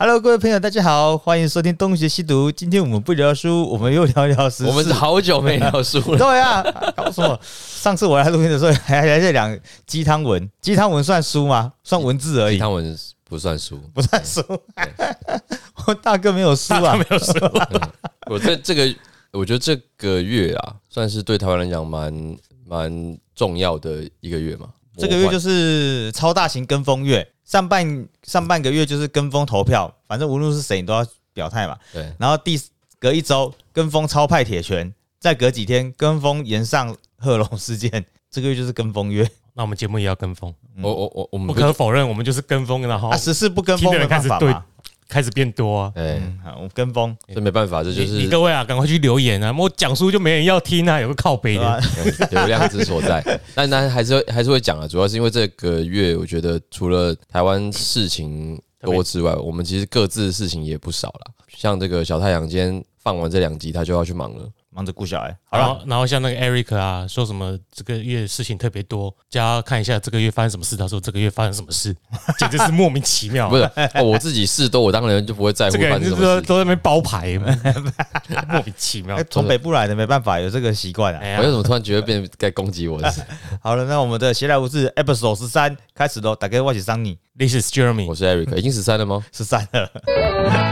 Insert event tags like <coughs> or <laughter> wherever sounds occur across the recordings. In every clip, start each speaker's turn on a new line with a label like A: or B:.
A: Hello，各位朋友，大家好，欢迎收听《东邪西毒》。今天我们不聊书，我们又聊聊时事。
B: 我们好久没聊书了，
A: 对啊，搞什么？上次我来录音的时候，还还在讲鸡汤文，鸡汤文算书吗？算文字 <laughs> 而
B: 鸡
A: 已，
B: 汤文不算书，
A: 不算书。我大哥没有书啊，
C: 没有说。
B: 我这这个，我觉得这个月啊，算是对台湾来讲蛮蛮重要的一个月嘛。
A: 这个月就是是超大型跟风月，上半上半个月就是跟风投票，反正无论是谁你都要表态嘛。
B: 对，
A: 然后第隔一周跟风超派铁拳，再隔几天跟风延上贺龙事件，这个月就是跟风月。
C: 那我们节目也要跟风，
B: 我我我我们
C: 不
B: 不是
C: 可否认，我们就是跟风，然后
A: 啊，十四不跟
C: 听
A: 风
C: 的
A: 没
C: 人开
A: 办
C: 始
A: 法
C: 对
A: 嘛。
C: 开始变多啊。
B: 哎，
A: 嗯，好，我们跟风，
B: 这没办法，这就
C: 你你
B: 是
C: 各位啊，赶快去留言啊！我讲书就没人要听啊，有个靠北
A: 对吧
C: 的。？
B: <laughs> 流量之所在。
C: <laughs>
B: 但但还是会还是会讲啊，主要是因为这个月，我觉得除了台湾事情多之外，我们其实各自的事情也不少了。像这个小太阳今天放完这两集，他就要去忙了。
A: 忙着顾小孩，好
C: 然
A: 了，
C: 后，然后像那个 Eric 啊，说什么这个月事情特别多，叫他看一下这个月发生什么事。他说这个月发生什么
B: <laughs>
C: 事，简直是莫名其妙
B: 不。是、哦，我自己事多，我当然就不会在乎
C: <laughs> 这个
B: 发
C: 人
B: 生
C: 就
B: 什
C: 是
B: 么
C: 说
B: 事。
C: 都在那边包牌，
B: <laughs>
C: 莫名其妙
A: 哎。从北部来的没办法，有这个习惯
C: 哎
A: 啊。
B: 我为
C: 呀，
B: 什么突然觉得变成在攻击我的事？
A: 好了，那我们的闲来无事 episode 十三开始喽，大概我是桑尼
C: ，This is
B: <laughs>
C: Jeremy，
B: 我是 Eric，已经十三了吗？
A: 十三
C: <laughs>
A: 了，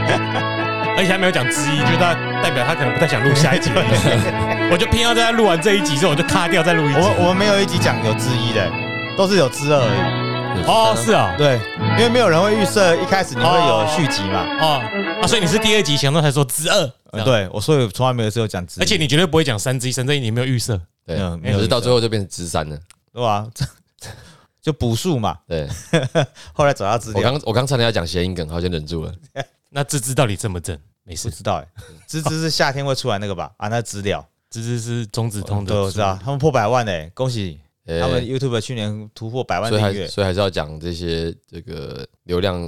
C: 而且还没有讲之一，就是他代表他可能不太想录
B: <laughs>
C: 下一集的意思。我就偏要在他录完这一集之后，我就卡掉再录
A: 我
C: 一集。
A: 们我们没有一集讲有之一的，都是有之二而
B: 有13
C: 哦
B: 了，
C: 是啊
A: 已。，对，因为没有人会预设一开始你会有续集嘛。
C: 哦啊，所以你是第二集想到才说之二，
A: 呃对，我所以从来没有是有讲之一，
C: 哦而且你绝对不会讲三之一，三之一你没有预设，
B: 对
A: 没有，没有
B: 可是到最后就变成十三了。
A: 对吧？ <laughs> 这就补数嘛，
B: 对
A: 后来找到资
B: 我
A: 料，
B: 刚我刚差点要讲谐音梗，好像忍住了。
C: 那芝芝到底正不正？没
A: 不
C: 事，
A: 知道哎、芝芝是夏天会出来那个吧？啊，那资料，
C: 芝芝是中指通的，
A: 对，我知道，他们破百万哎、恭喜
B: 哎
A: 他们 YouTube 去年突破百万
B: 所以
A: 订
B: 还
A: 阅，
B: 所以还是要讲这些这个流量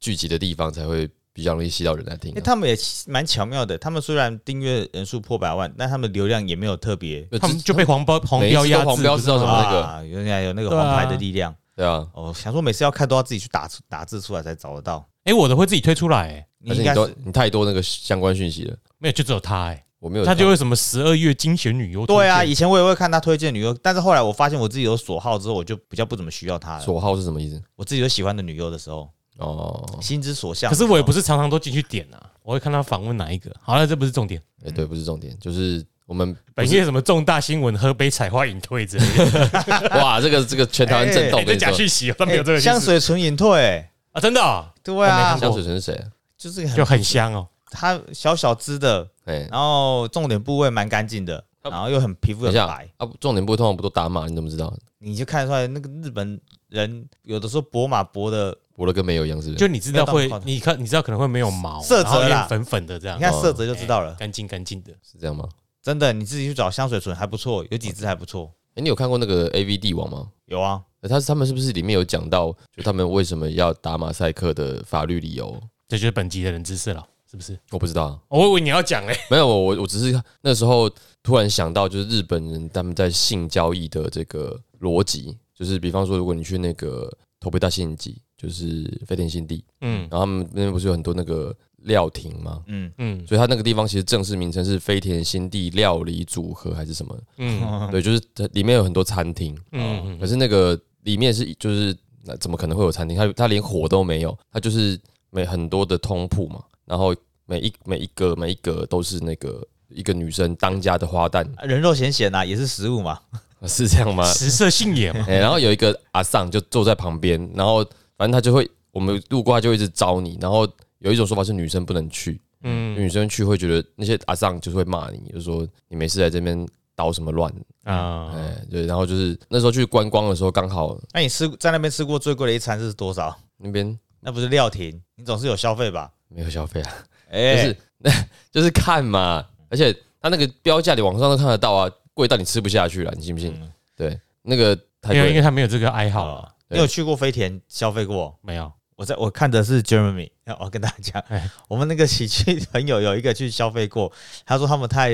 B: 聚集的地方，才会比较容易吸到人来听
A: 因
B: 啊、
A: 为他们也蛮巧妙的，他们虽然订阅人数破百万，但他们流量也没有特别
B: 因为
C: 他们就被黄包黄
B: 每一
C: 标
B: 次
C: 压
B: 都
C: 制，
B: 黄标
C: 不
B: 知
C: 是
B: 道
C: 吗
B: 什么那个，
A: 啊，原来有那个黄牌的力量。
B: 对啊，
A: 哦，想说每次要看都要自己去打出打字出来才找得到，
C: 哎，我的会自己推出来，哎
A: 你
B: 但是
A: 应
B: 你
A: 该
B: 都
A: 是
B: 你太多那个相关讯息了，
C: 没有，就只有他，哎，
B: 我没有
C: 他
B: 看
C: 就会什么十二月精选女优，
A: 对啊，，以前我也会看他推荐女优，但是后来我发现我自己有所好之后，我就比较不怎么需要他了。
B: 锁号是什么意思？
A: 我自己有喜欢的女优的时候，
B: 哦，
A: 心之所向。
C: 可是我也不
A: 是
C: 是常常都进去点啊，我会看他访问哪一个。好了，这不是重点，
B: 哎、对，不是重点，就是我们
C: 本月什么重大新闻，喝杯采花饮退 <laughs> 之类的，
B: 哇，这个这个全台湾震动，
C: <laughs>
B: 我
C: 哎这
B: 跟你
C: 假
B: 说，
C: 讯息哦，他没有这个意思
A: 香水纯隐退、欸
C: 啊，真的哦
A: 对
C: 我没
A: 啊
C: 看，过
B: 香水城是谁啊？
A: 就是
C: 就
A: 很
C: 很香哦，
A: 它小小支的，
B: 哎、
A: 然后重点部位蛮干净的，
B: 啊
A: 然后又很皮肤
B: 等一
A: 很
B: 下
A: 白，
B: 啊，重点不通常不都打码，你怎么知道？
A: 你就看得出来那个日本人有的时候博马博的，
B: 我的跟没有一样，是不是？
C: 就你知道
A: 没
C: 会
A: 有到，
C: 你看你知道可能会没有毛，
A: 色泽啦
C: 然后有点粉粉的这样
A: 你，看
B: 哦
A: 色泽就知道了。
C: 干净干净的。
B: 是这样吗？
A: 真的，你自己去找香水唇还不错，有几支还不错。
B: 哎、你有看过那个 A V 帝王吗？
A: 有啊，
B: 呃他他们是不是里面有讲到，就他们为什么要打马赛克的法律理由？
C: 这就是本集的冷知识了，是不 <laughs> 是？
B: 我不知道，
C: 哦我以为你要讲欸嘞，
B: 没有我我我只是那时候突然想到，就是日本人他们在性交易的这个逻辑，就是比方说，如果你去那个头被大信集，就是飞田新地，
C: 嗯
B: 然后他们那边不是有很多那个料亭吗？
A: 嗯
C: 嗯
B: 所以它那个地方其实正式名称是飞田新地料理组合还是什么？
C: 嗯
B: 对，就是它里面有很多餐厅，
C: 嗯
B: 可
C: 嗯，
B: 是那个里面是就是那怎么可能会有餐厅？它它连火都没有，它就是每很多的通铺嘛，然后每一每一个每一个都是那个一个女生当家的花旦，
A: 啊人肉咸咸呐，也是食物嘛。
B: 是这样吗？
C: 食色性 <laughs> 也
A: <laughs>
C: 嘛，
B: 哎、然后有一个阿桑就坐在旁边，然后反正他就会我们路过，他就会一直招你，然后。有一种说法是女生不能去，
C: 嗯
B: 女生去会觉得那些阿桑就是会骂你，就说你没事来这边捣什么乱，哎、
C: 啊，
B: 对，然后就是那时候去观光的时候，刚好
A: 那你吃在那边吃过最贵的一餐是多少？
B: 那边
A: 那不是料亭，你总是有消费吧？
B: 没有消费啊，
A: 哎、
B: 就是 <laughs> 就是看嘛，而且它那个标价你网上都看得到啊，贵到你吃不下去了，你信不信？
A: 嗯
B: 对，那个太
C: 没有，因
B: 贵
C: 为
B: 了，
C: 他没有这个爱好啊，
A: 哦你有去过飞田消费过？
C: 没有，
A: 我在我看的是 Jeremy，我要跟大家讲
C: 哎，
A: 我们那个喜剧朋友有一个去消费过，他说他们太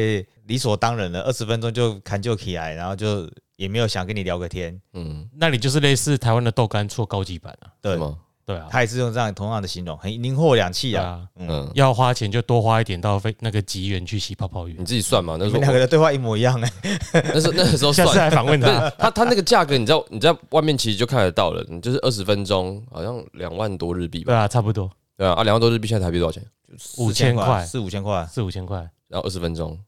A: 理所当然了，二十分钟就砍就起来，然后就也没有想跟你聊个天，
B: 嗯，
C: 那你就是类似台湾的豆干错高级版啊，
A: 对
B: 是，吗？
C: 对啊，
A: 他也是用这样同样的形容，很宁获两气
C: 对
A: 啊。
C: 啊，
B: 嗯，
C: 要花钱就多花一点到飞那个吉原去洗泡泡浴
B: 你。自己算嘛，那
A: 你
B: 时
A: 们
B: 候
A: 两个的对话一模一样哎、
B: 那时候 <laughs> 那时
A: <laughs>
B: 候
C: 下次
B: 算。
C: 来访问他， <laughs>
B: 他他那个价格，你知道你在外面其实就看得到了，你就是二十分钟，好像两万多日币吧
C: 对？啊，差不多
B: 对啊，啊，两万多日币现在台币多少钱？
C: 五千块，
A: 四五千块，
C: 四五千块。
B: 然后二十分钟，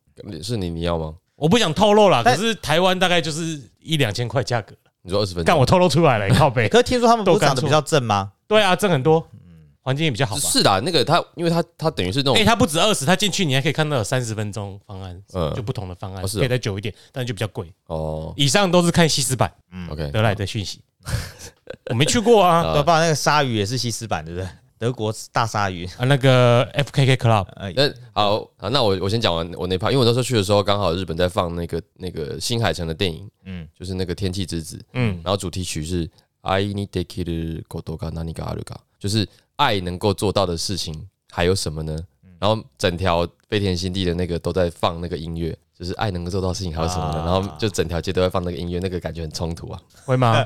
B: 是你你要吗？
C: 我不想透露啦，可
A: 但
C: 是台湾大概就是一两千块价格。
B: 你说二十分
C: 但
B: 钟？
C: 我透露出来了，靠背。
A: 可是听说他们不
C: 豆
A: 是
C: 干
A: 长得比较正吗？
C: 对啊，挣很多，环境也比较好吧。
B: 是的，那个他，因为他他等于是那种
C: 哎、它不止二十，它进去你还可以看到有三十分钟方案，
B: 嗯
C: 就不同的方案，
B: 哦是哦
C: 可以再久一点，但就比较贵。
B: 哦
C: 以上都是看西斯版
B: ，OK，
C: 得来的讯息，我没去过啊
B: 呃
A: 对吧？那个鲨鱼也是西施版，对不对？德国大鲨鱼，
C: 啊，那个 FKK Club
A: 呃，
B: 那好好，那我我先讲完我那 part，因为我那时候去的时候刚好日本在放那个那个新海诚的电影，
A: 嗯
B: 嗯，就是那个《天气之子》，
C: 嗯
B: 嗯，然后主题曲是《I Need to Kill Godo Ga Nani Ga Aru Ga》，就是爱能够做到的事情还有什么呢？然后整条飞田新地的那个都在放那个音乐，就是爱能够做到的事情还有什么呢？
A: 啊
B: 然后就整条街都在放那个音乐，那个感觉很冲突啊。
C: 会吗？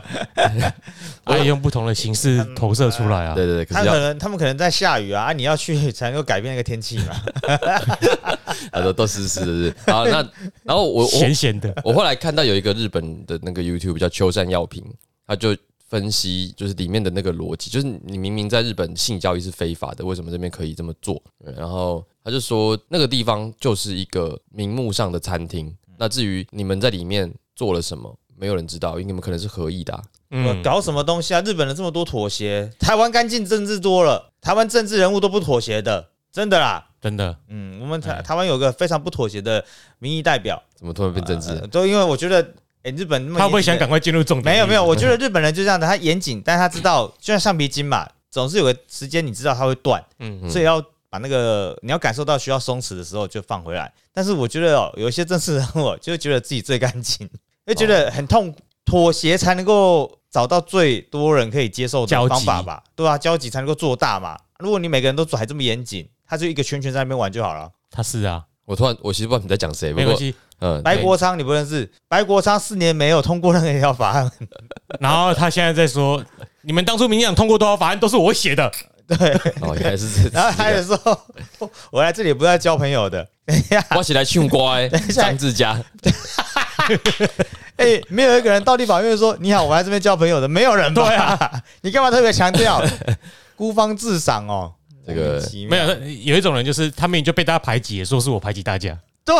C: 我也用不同的形式投射出来
B: 嗯
C: 啊。
B: 对对对，可
A: 他
B: 是
A: 们可
B: 要
A: 能他们可能在下雨啊，啊你要去才能够改变那个天气嘛。
B: 啊都都湿湿的是不是。好，那然后
C: <laughs>
B: 我我
C: 咸咸的，
B: 我后来看到有一个日本的那个 YouTube 叫秋山药平，他就分析就是里面的那个逻辑，就是你明明在日本性交易是非法的，为什么这边可以这么做？对然后他就说那个地方就是一个名目上的餐厅，那至于你们在里面做了什么，没有人知道，因为你们可能是合意的、啊。
A: 我
C: 嗯，
A: 搞什么东西啊？日本人这么多妥协，台湾干净政治多了，台湾政治人物都不妥协的，真的啦。
C: 真的，
A: 嗯，我们台台湾有个非常不妥协的民意代表，
B: 怎么突然变政治？
A: 呃都因为我觉得，哎、日本那么
C: 他会不会想
A: 严谨的
C: 赶快进入重点？
A: 没有没有，我觉得日本人就这样的，他严谨，但他知道，就像橡皮筋嘛，总是有个时间你知道它会断，
C: 嗯
A: 所以要把那个你要感受到需要松弛的时候就放回来。但是我觉得哦，有一些正式人物就会觉得自己最干净，就觉得很痛，妥协才能够找到最多人可以接受
C: 交
A: 的
C: 集
A: 方法吧，对吧、交集才能够做大嘛。如果你每个人都还这么严谨，他就一个圈圈在那边玩就好了。
C: 他是啊，
B: 我突然我其实不知道你在讲谁，不
C: 没关
B: 过
C: 系。
B: 嗯，
A: 白国昌你不认识，白国昌四年没有通过任何一条法案，
C: 然后他现在在说，你们当初民进党通过多少法案都是我写的，
B: 哦原来是这
A: <laughs> 然后还有
B: 样。
A: 说，我我来这里不是来交朋友的，
B: 我起来唱乖，
A: <laughs> 一下
B: 张志佳，
A: 哎、没有一个人到立法院说你好，我来这边交朋友的，没有人吧？
C: 对
A: 啊， <laughs> 你干嘛特别强
C: <laughs>
A: 调孤芳自赏哦？
B: 这个
A: 莫名其妙
C: 没有，有一种人就是他明明就被大家排挤，说是我排挤大家，
A: 对，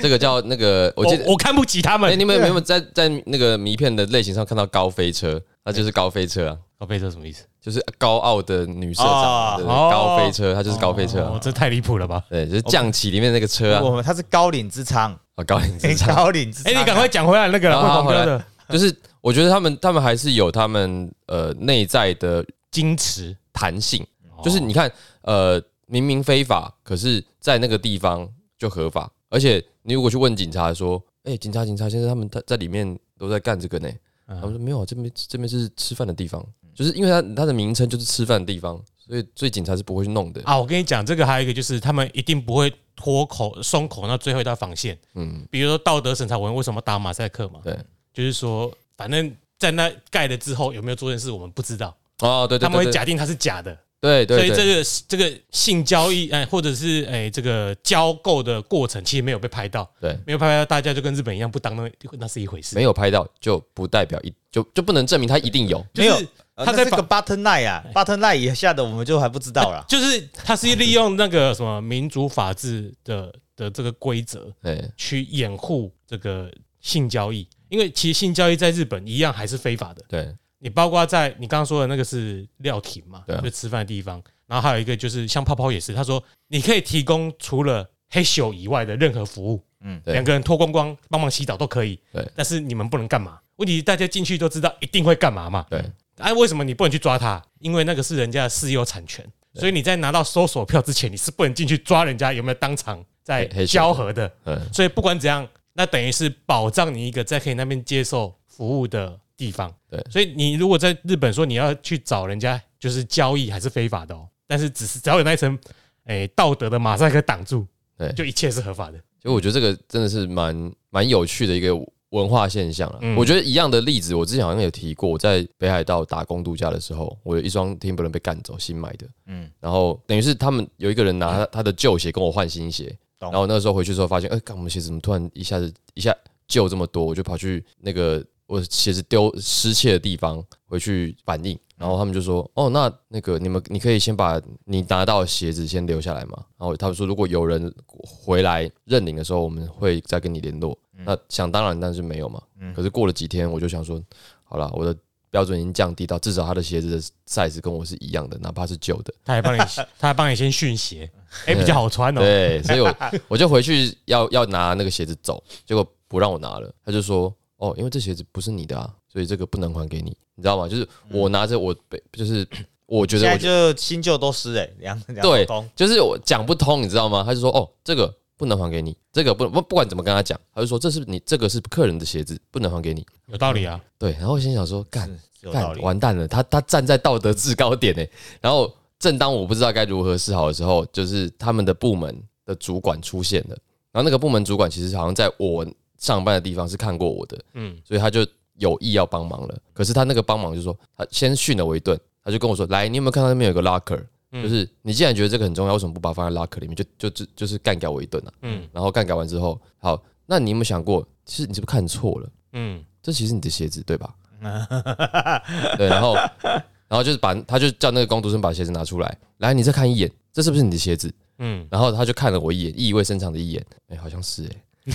B: 这个叫那个，我
C: 我
B: 记得
C: 我看不起他
B: 哎、
C: 们。
B: 你们有没有在在那个迷片的类型上看到高飞车？它就是高飞车啊，
C: 高飞车什么意思？
B: 就是高傲的女社长，
A: 哦
B: 对对
C: 哦
B: 高飞车，它就是高飞车、啊
C: 哦，这哦太离谱了吧！
B: 对，就是降旗里面那个车啊，
A: 我们他是高领之仓，
B: 啊高领之上，
A: 高领之啊
C: 哎、
A: 仓、
C: 你赶快讲回来那个啦
B: 啊好
C: 会
B: 好
C: 狂
B: 回
C: 飙
B: 来
C: 的
B: 就是我觉得他们他们还是有他们呃内在的
C: 矜持，
B: 弹性，
C: 哦
B: 就是你看呃明明非法，可是在那个地方就合法，而且你如果去问警察说，哎、警察警察先生，他们在在里面都在干这个呢，
C: 嗯
B: 他们说没有，啊这边这边是吃饭的地方，就是因为它它的名称就是吃饭的地方，所以所以警察是不会去弄的。
C: 啊，我跟你讲，这个还有一个就是他们一定不会脱口松口那最后一道防线。
B: 嗯，
C: 比如说道德审查委员为什么打马赛克嘛？
B: 对，
C: 就是说反正在那盖了之后有没有做这件事，我们不知道，
B: 哦，对对
C: 他们
B: 对
C: 会
B: 对，
C: 假定它是假的。
B: 对
C: 所以
B: 对
C: 这
B: 对，
C: 个这个性交易，哎，或者是哎这个交购的过程，其实没有被拍到，
B: 对，
C: 没有拍到，大家就跟日本一样不当那那是一回事。
B: 没有拍到就不代表一就就不能证明他一定有。
C: 就
A: 没
C: 是
A: 有
C: 他
A: 他
C: 在哎
A: 这哦个
C: 反
A: button line 啊，button line 以下的我们就还不知道啦。
C: <laughs> 就是他是利用那个什么民主法治的的这个规则
B: 对，
C: 去掩护这个性交易，因为其实性交易在日本一样还是非法的。
B: 对，
C: 你包括在你刚刚说的那个是料亭嘛
B: 对啊，
C: 就吃饭的地方，然后还有一个就是像泡泡也是，他说你可以提供除了黑咻以外的任何服务，
A: 嗯，
B: 对
C: 两个人脱光光帮忙洗澡都可以，
B: 对，
C: 但是你们不能干嘛？问题是大家进去都知道一定会干嘛嘛，
B: 对，
C: 哎，为什么你不能去抓他？因为那个是人家的私有产权，所以你在拿到搜索票之前，你是不能进去抓人家有没有当场在
B: 黑黑咻
C: 交合的。
B: 嗯，
C: 所以不管怎样，那等于是保障你一个在可以那边接受服务的地方。
B: 对
C: 所以你如果在日本说你要去找人家，就是交易还是非法的哦，但是只是只要有那一层诶、道德的马赛克挡住，
B: 对
C: 就一切是合法的。
B: 就我觉得这个真的是蛮蛮有趣的一个文化现象啊。
C: 嗯
B: 我觉得一样的例子，我之前好像有提过，我在北海道打工度假的时候，我有一双 Timberland 被干走，新买的，
A: 嗯
B: 嗯，然后等于是他们有一个人拿他他的旧鞋跟我换新鞋，
A: 懂
B: 然后那个时候回去之后发现，哎、干我们鞋子怎么突然一下子一下旧这么多？我就跑去那个我鞋子丢失窃的地方回去反映，然后他们就说，哦，那那个你们你可以先把你拿到的鞋子先留下来嘛。然后他们说，如果有人回来认领的时候，我们会再跟你联络。那想当然，但是没有嘛。可是过了几天，我就想说，好了，我的。标准已经降低到至少他的鞋子的 size 跟我是一样的，哪怕是旧的。
C: 他还
B: <laughs>
C: 帮你，他还帮你先训鞋，哎，比较好穿哦。
B: 对，所
A: <laughs>
B: 以我我就回去要要拿那个鞋子走，结果不让我拿了，他就说哦，因为这鞋子不是你的啊，所以这个不能还给你，你知道吗？就是我拿着我被，就是我觉
C: 哎
A: 现
B: 得我
A: 在
B: 觉
A: 就新旧都失哎、欸，两两
B: 对
A: 公
B: 就是我讲不通，你知道吗？他就说哦，这个不能还给你，这个不不不管怎么跟他讲，他就说这是你这个是客人的鞋子，不能还给你。
C: 有道理啊，
B: 对，然后我心想说干。
A: 是有道
B: 干
A: 理。
B: 完 <laughs> 蛋了，他他站在道德制高点呢、欸然后正当我不知道该如何是好的时候，就是他们的部门的主管出现了。然后那个部门主管其实好像在我上班的地方是看过我的，
C: 嗯，
B: 所以他就有意要帮忙了。可是他那个帮忙就说，他先训了我一顿，他就跟我说：“来，你有没有看到那边有个 locker？就是
A: 嗯
B: 你既然觉得这个很重要，为什么不把它放在 locker 里面？就就就就是干掉我一顿啊？
C: 嗯
B: 然后干掉完之后，好，那你有没有想过，其实你是不是看错了？
C: 嗯，
B: 这其实是你的鞋子对吧？ <laughs> 对，然后然后就是把他就叫那个工读生把鞋子拿出来，来你再看一眼，这是不是你的鞋子？
C: 嗯
B: 嗯，然后他就看了我一眼，意味深长的一眼，哎、好像是哎、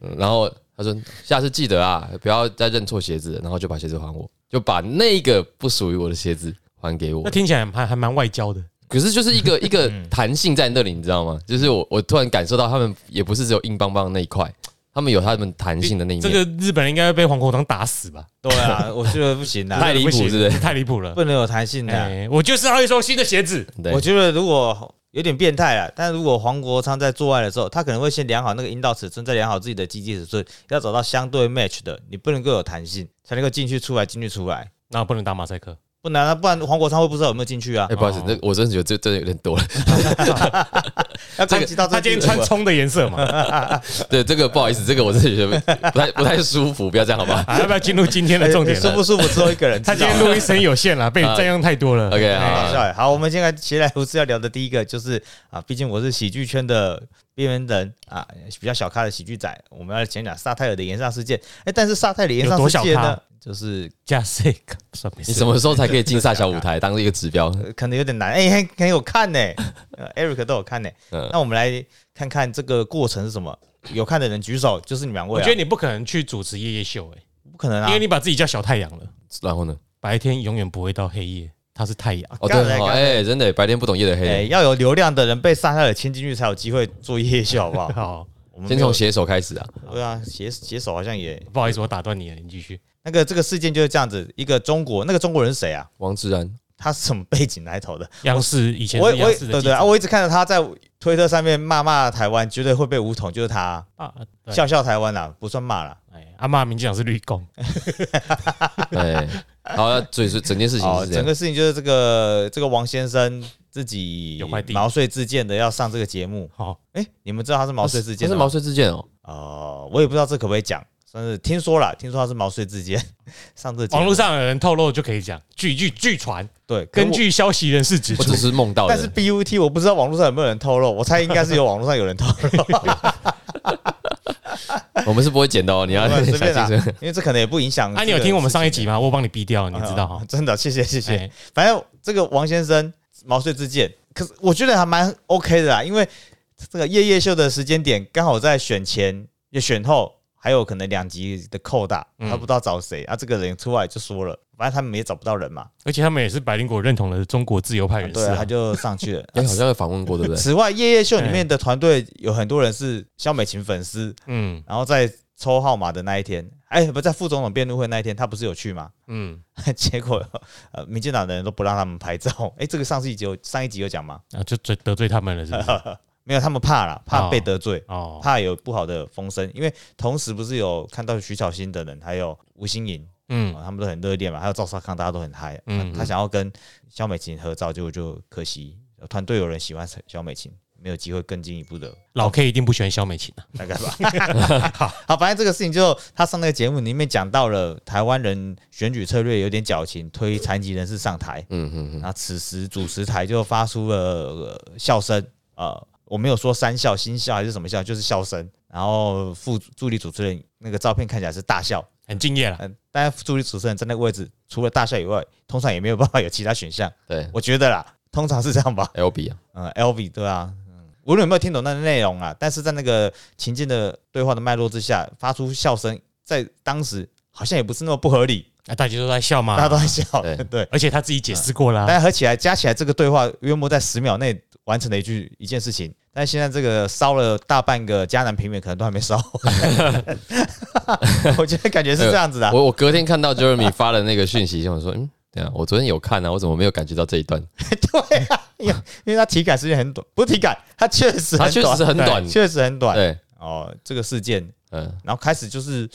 B: 嗯然后他说下次记得啊，不要再认错鞋子了，然后就把鞋子还我，就把那个不属于我的鞋子还给我
C: 那。听起嗯来还还蛮外交的，
B: 可是就是
C: <laughs>
B: 一个一个弹性在那里，你知道吗？就是我我突然感受到他们也不是只有硬邦邦的那一块，他们有他们弹性的那一面。
C: 这个日本人应该会被黄国昌打死吧？
A: 对啊，我觉得不行
B: <laughs> 太
A: 啊，
B: 离谱
C: 行
B: 是不是
C: 太离谱了。
A: 不能有弹性的啊、
C: 哎，我就是要一双新的鞋子。
B: 对
A: 我觉得如果有点变态了，但如果黄国昌在做爱的时候，他可能会先量好那个阴道尺寸，再量好自己的鸡鸡尺寸，要找到相对 match 的，你不能够有弹性，才能够进去出来，进去出来，
C: 那不能打马
B: <laughs>
C: 赛克，
A: 不然啊，不然黄国昌会不知道有没有进去啊
B: 哎、。不好意思
C: 哦，
B: 这我真的觉得这这有点多了。 <laughs>
A: 要
B: 这个
A: 看到
C: 他今天穿葱的颜色嘛，
B: <laughs> 对，这个不好意思，这个我真的觉得不太不太舒服，不要这样好
A: <laughs>
B: 吧
C: 啊要不要进入今天的重点
A: 哎
B: 哎
A: 舒
C: 了？
A: 不舒服只有一个人
C: <laughs> 他
A: 知
C: 今
A: 道。
C: 天录啊音声有限
B: <laughs>
C: 了，被你占用太多了。哎
B: ？OK，
A: 开玩笑
B: 好，
A: 欸好，我们现在其实来不是要聊的第一个就是啊，毕竟我是喜剧圈的边缘人啊，比较小咖的喜剧仔，我们要讲讲萨泰尔的延上事件。哎、但是萨泰尔的延上事件
C: 有多小
A: 呢
C: 咖，
A: 就是、
C: 加 s 个算没
B: 你
C: 事。
B: 什么时候才可以进下小舞台当一个指标？
A: 呃可能有点难。哎、还很有看呢、
B: <laughs>
A: 呃，Eric 都有看呢、
B: 嗯
A: 那我们来看看这个过程是什么。有看的人举手，就是你们两
C: 我
A: 位、啊。
C: 觉得你不可能去主持夜夜秀，哎，
A: 不可能啊
C: 因为，你把自己叫小太阳了。
B: 然后呢？
C: 白天永远不会到黑夜，它是太阳。
B: <laughs> 哦，对
A: 干嘞，
B: 哦
A: 干
B: 哎，真的白天不懂夜的
A: 哎、
B: 黑。
A: 要有流量的人被萨泰尔牵进去才有机会做夜秀，好不好？
B: <laughs>
C: 好，
A: 我们
B: 先
A: 没有
B: 从携手开始啊！
A: 对啊，携携手好像也
C: 不好意思，我打断你了，你继续。
A: 那个这个事件就是这样子，一个中国那个中国人是谁啊？
B: 王志安，
A: 他是什么背景来头的？
C: 央视以前
A: 我
C: 是
A: 我
C: 央
A: 也
C: 视的
A: 对
C: 记
A: 对
C: 者
A: 啊，我一直看到他在推特上面骂骂台湾，绝对会被武统，就是他啊、
C: 啊，对
A: 笑笑台湾啦、不算骂啦。
C: 哎，阿妈民进党是绿共，
B: 哎， <laughs> 好，那所以说整件事情
A: 哦，
B: 是这
A: 整
B: 样。
A: 个事情就是这个这个王先生自己
C: 有块地
A: 毛遂自荐的要上这个节目。
C: 好，
A: 哎、你们知道他是毛遂自
B: 这
A: 荐啊
B: 是
A: 的
B: 毛
A: 吗？
B: 遂自荐哦，
A: 哦、我也不知道这可不可以讲，算是听说啦，听说他是毛遂自荐 <laughs> 上这个节目
C: 网络上有人透露就可以讲，据据据传，
A: 对，可
C: 根
A: 我。
C: 据消息人士指
B: 我
C: 出
B: 只，是梦到
A: 但是
B: 的。
A: BUT 我不知道网络上有没有人透露，我猜应该是有网络上有人透
C: <laughs>
A: 露。
B: <laughs> 我们是不会剪
A: <laughs>
B: 的哦，你要
A: 随便啊
B: 小
A: 啦
B: 心
A: <laughs>
B: 这个，
A: 因为这可能也不影响。
C: 啊，你有听我们上一集？吗？我帮你逼掉，你知
A: <laughs>
C: 道哈
A: 啊？真的，谢谢谢谢。
C: 哎，
A: 反正这个王先生毛遂自荐，可是我觉得还蛮 OK 的啦，因为这个夜夜秀的时间点刚好在选前也选后，还有可能两集的扣打，
C: 嗯
A: 他不知道找谁、啊，这个人出来就说了，反正他们也找不到人嘛，
C: 而且他们也是白灵果认同的中国自由派人士
A: 对、啊，他
C: 啊，
A: 就上去了。
B: 哎，好像有访问过，对不对？
A: 此外，夜夜秀里面的团队有很多人是肖美琴粉丝，
C: 嗯
A: 然后在抽号码的那一天，哎，不在副总统辩论会那一天，他不是有去吗？
C: 嗯，
A: <laughs> 结果呃，民进党的人都不让他们拍照。哎、这个上次一集有上一集有讲吗？
C: 啊，就得得罪他们了，是不
A: <laughs>
C: 是？
A: 没有，他们怕啦，怕被得罪，
C: 哦，
A: 怕有不好的风声。因为同时不是有看到徐巧芯的人，还有吴欣颖、
C: 嗯
A: 哦，他们都很热烈嘛，还有赵少康，大家都很嗨。
C: 嗯
A: 他想要跟肖美琴合照，结果就可惜，团队有人喜欢肖美琴，没有机会更进一步的，
C: 老 K 一定不喜欢肖美琴啊，
A: 大概吧。
C: <laughs>
A: 好，反正这个事情就他上那个节目里面讲到了，台湾人选举策略有点矫情，推残疾人士上台。
B: 嗯嗯嗯，
A: 然后此时主持台就发出了、呃笑声，呃，我没有说三笑、心笑还是什么笑，就是笑声。然后副助理主持人那个照片看起来是大笑，
C: 很敬业了。
A: 嗯、当然助理主持人站那个位置，除了大笑以外，通常也没有办法有其他选项。
B: 对
A: 我觉得啦，通常是这样吧。
B: ，L B 啊，
A: 嗯，LV 对啊，嗯，无论有没有听懂那个内容啊，但是在那个情境的对话的脉络之下，发出笑声，在当时好像也不是那么不合理，
C: 啊，大家都在笑嘛，
A: 大家都啊在笑，
B: 对
A: <laughs> 对。
C: 而且他自己解释
B: 啊
C: 过啦、
A: 但合起来加起来，这个对话约莫在十秒内完成了一句一件事情，但现在这个烧了大半个迦南平原，可能都还没
B: <laughs>
A: 烧完。我觉得感觉是这样子的啊、
B: 我我隔天看到 Jeremy 发的那个讯息，我说，嗯，对啊，我昨天有看啊，我怎么没有感觉到这一段？
A: <laughs> 对啊，因为因为它体感时间很短，不是体感，它确实
B: 它
A: 很
B: 确实是
A: 短，
B: 很
A: <laughs>
B: 短，
A: 确实很短。
B: 对，
A: 哦，这个事件
B: 嗯，
A: 然后开始就是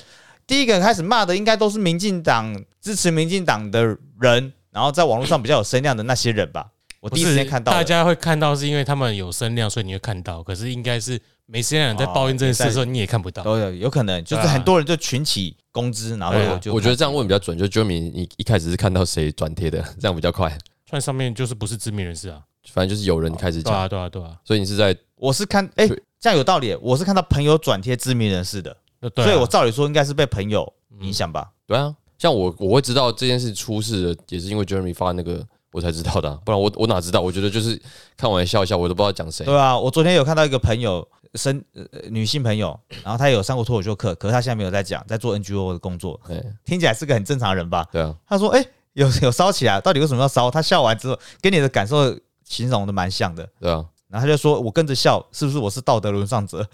A: 第一个开始骂的，应该都是民进党支持民进党的人，然后在网络上比较有声量的那些人吧。我
C: 不
A: 第一时
C: 是
A: 间看到的
C: 大家会看到是因为他们有声量，所以你会看到。可是应该是没声量在抱怨这件事的时候，你也看不到。
A: 都有有可能，就是
C: 对啊
A: 很多人就群起攻之，然后
C: 对啊
A: 我就
B: 我觉得这样问比较准，就 Jeremy 你一开始是看到谁转贴的，这样比较快，
C: 看上面就是不是知名人士啊，
B: 反正就是有人开始
C: 对
B: 讲，
C: 啊，对啊，对啊，
B: 所以你是在
A: 我是看哎、
B: 对
A: 这样有道理，我是看到朋友转贴知名人士的，
C: 那对啊嗯
A: 所以我照理说应该是被朋友影响吧。
B: 对啊，像我我会知道这件事出事的，也是因为 Jeremy 发那个我才知道的啊、不然我我哪知道？我觉得就是看完笑一笑，我都不知道讲谁。
A: 对啊，我昨天有看到一个朋友，生、呃、女性朋友，然后她有上过脱口秀课，可是她现在没有在讲，在做 NGO 的工作，
B: 对
A: 听起来是个很正常的人吧？
B: 哎对啊，
A: 他说：“哎、有有烧起来，到底为什么要烧？”他笑完之后，跟你的感受形容的蛮像的。
B: 对啊，
A: 然后他就说：“我跟着笑，是不是我是道德沦丧者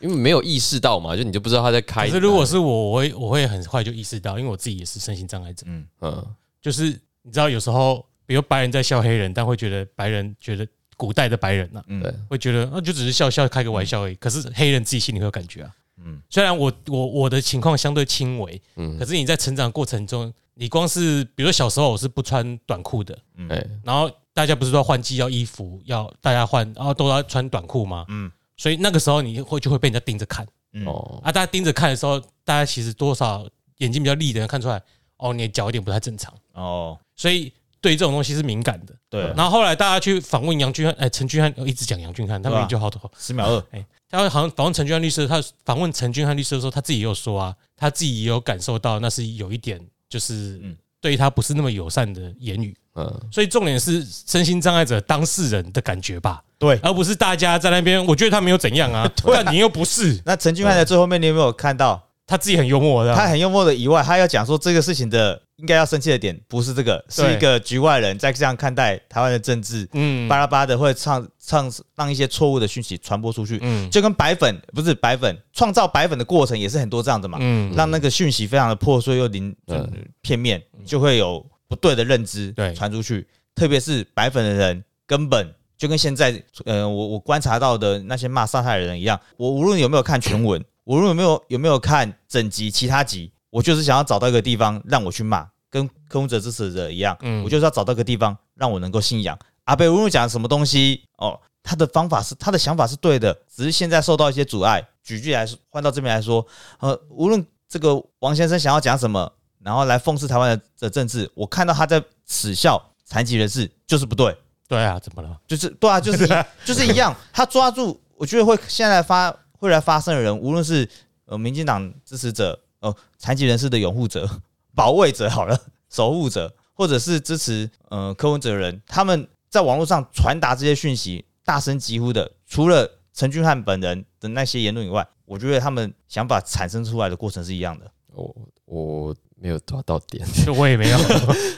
B: 因为没有意识到嘛，就你就不知道他在
C: 可
B: 开。
C: 是如果是我，我会我会很快就意识到，因为我自己也是身心障碍者。
B: 嗯，
C: 就是你知道，有时候比如白人在笑黑人，但会觉得白人觉得古代的白人呐、啊，
A: 嗯
B: 对，
C: 会觉得那、啊、就只是笑笑开个玩笑而已。可是黑人自己心里会有感觉啊。
A: 嗯
C: 嗯，虽然我我我的情况相对轻微，
B: 嗯
C: 可，是你在成长过程中，你光是比如说小时候我是不穿短裤的，
B: 哎、
C: 然后大家不是都要换季要衣服，要大家换，然后都要穿短裤吗？
A: 嗯
C: 嗯，所以那个时候你会就会被人家盯着看？”
A: 嗯，
B: 哦，
C: 啊，大家盯着看的时候，大家其实多少眼睛比较利的人看出来，哦，你的脚有点不太正常，
A: 哦，
C: 所以对这种东西是敏感的。
B: 啊
A: 对，
C: 然后后来大家去访问杨俊汉，哎，陈俊汉我一直讲杨俊汉，他
A: 对啊
C: 们就好多。
A: 十秒二，
C: 他好像访问陈俊汉律师，他访问陈俊汉律师的时候，他自己也有说啊，他自己也有感受到那是有一点就是
A: 嗯
C: 对他不是那么友善的言语，
B: 嗯，
C: 所以重点是身心障碍者当事人的感觉吧，
A: 对。
C: 而不是大家在那边，我觉得他没有怎
A: <laughs>
C: 样啊，但你又不是，
A: 那陈俊翰在最后面，你有没有看到？
C: 他自己很幽默的
A: 他
C: 啊，
A: 很幽默的以外，他要讲说这个事情的应该要生气的点不是这个，是
C: 对
A: 一个局外人在这样看待台湾的政治，
C: 嗯
A: 巴拉巴拉的会唱唱让一些错误的讯息传播出去，
C: 嗯
A: 就跟白粉不是白粉创造白粉的过程也是很多这样的嘛，
C: 嗯，
A: 让那个讯息非常的破碎又零
B: 嗯
A: 片面，就会有不对的认知
C: 对
A: 传出去。特别是白粉的人，根本就跟现在呃，我我观察到的那些骂上海的人一样，我无论有没有看全
C: <coughs>
A: 文，无论有没有有没有看整集其他集，我就是想要找到一个地方让我去骂，跟科文者支持者一样，
C: 嗯
A: 我就是要找到一个地方让我能够信仰。阿贝无论讲什么东西哦，他的方法是他的想法是对的，只是现在受到一些阻碍。举例来说，换到这边来说，呃，无论这个王先生想要讲什么，然后来讽刺台湾的的政治，我看到他在耻笑残疾人士，就是不对，
C: 对啊，怎么了？
A: 就是对啊，就是一就是一样，他抓住，我觉得会现在发会来发声的人，无论是呃民进党支持者，呃残疾人士的拥护者、 <laughs> 保卫者好了， <laughs> 守护者，或者是支持呃柯文哲的人，他们在网络上传达这些讯息，大声疾呼的，除了陈俊翰本人的那些言论以外，我觉得他们想法产生出来的过程是一样的。
B: 我我没有抓到点。 <laughs>
C: 就我也没有，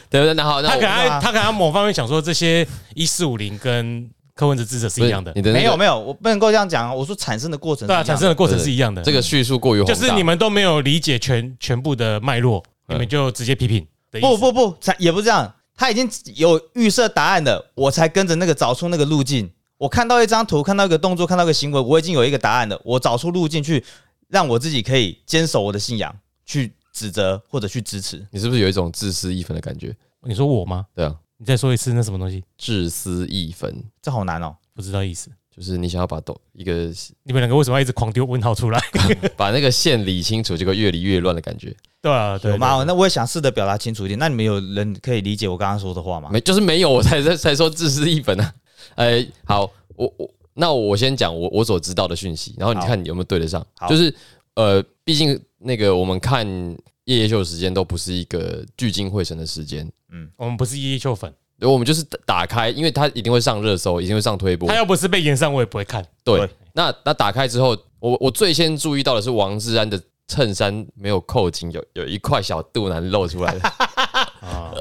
B: 对对，那好，那
C: 他可
B: 我
C: 能他可能某方面想说这些一四五零跟柯文哲智者是一样的
B: 不，你的那个
A: 没有没有，我不能够这样讲啊！我说产生的过程是
C: 对
A: 一
C: 啊，
A: 样的
C: 产生的过程是一样的。
B: 这个叙述过于
C: 就
B: 宏
C: 是
B: 大
C: 你们都没有理解全全部的脉络，
B: 嗯
C: 你们就直接批评的意思。
A: 不不不，才也不是这样，他已经有预设答案了，我才跟着那个找出那个路径。我看到一张图，看到一个动作，看到一个行为，我已经有一个答案了，我找出路径去，让我自己可以坚守我的信仰，去指责或者去支持。
B: 你是不是有一种自私一分的感觉？
C: 你说我吗？
B: 对啊，
C: 你再说一次，那什么东西？
B: 自私一分，
A: 这好难哦，
C: 不知道意思。
B: 就是你想要把抖一个
C: 你们两个为什么要一直狂丢问号出来？ <laughs>
B: 把那个线理清楚，结果越理越乱的感觉，
C: 对啊，对
A: 有吗？
C: 对
A: 那我也想试着表达清楚一点。那你们有人可以理解我刚刚说的话吗？
B: 没就是没有，我才才才说自私一本啊。哎，好，我我那我先讲我我所知道的讯息，然后你
A: 好
B: 看你有没有对得上
A: 好。
B: 就是呃，毕竟那个我们看夜夜秀的时间都不是一个聚精会神的时间，
C: 我们不是一一秀粉，
B: 对我们就是打开，因为它一定会上热搜，一定会上推播
C: 他。要不是被延上，我也不会看。
B: 对
A: 对，
B: 那那打开之后，我我最先注意到的是王志安的衬衫没有扣紧，有有一块小肚腩露出来了。
C: 啊，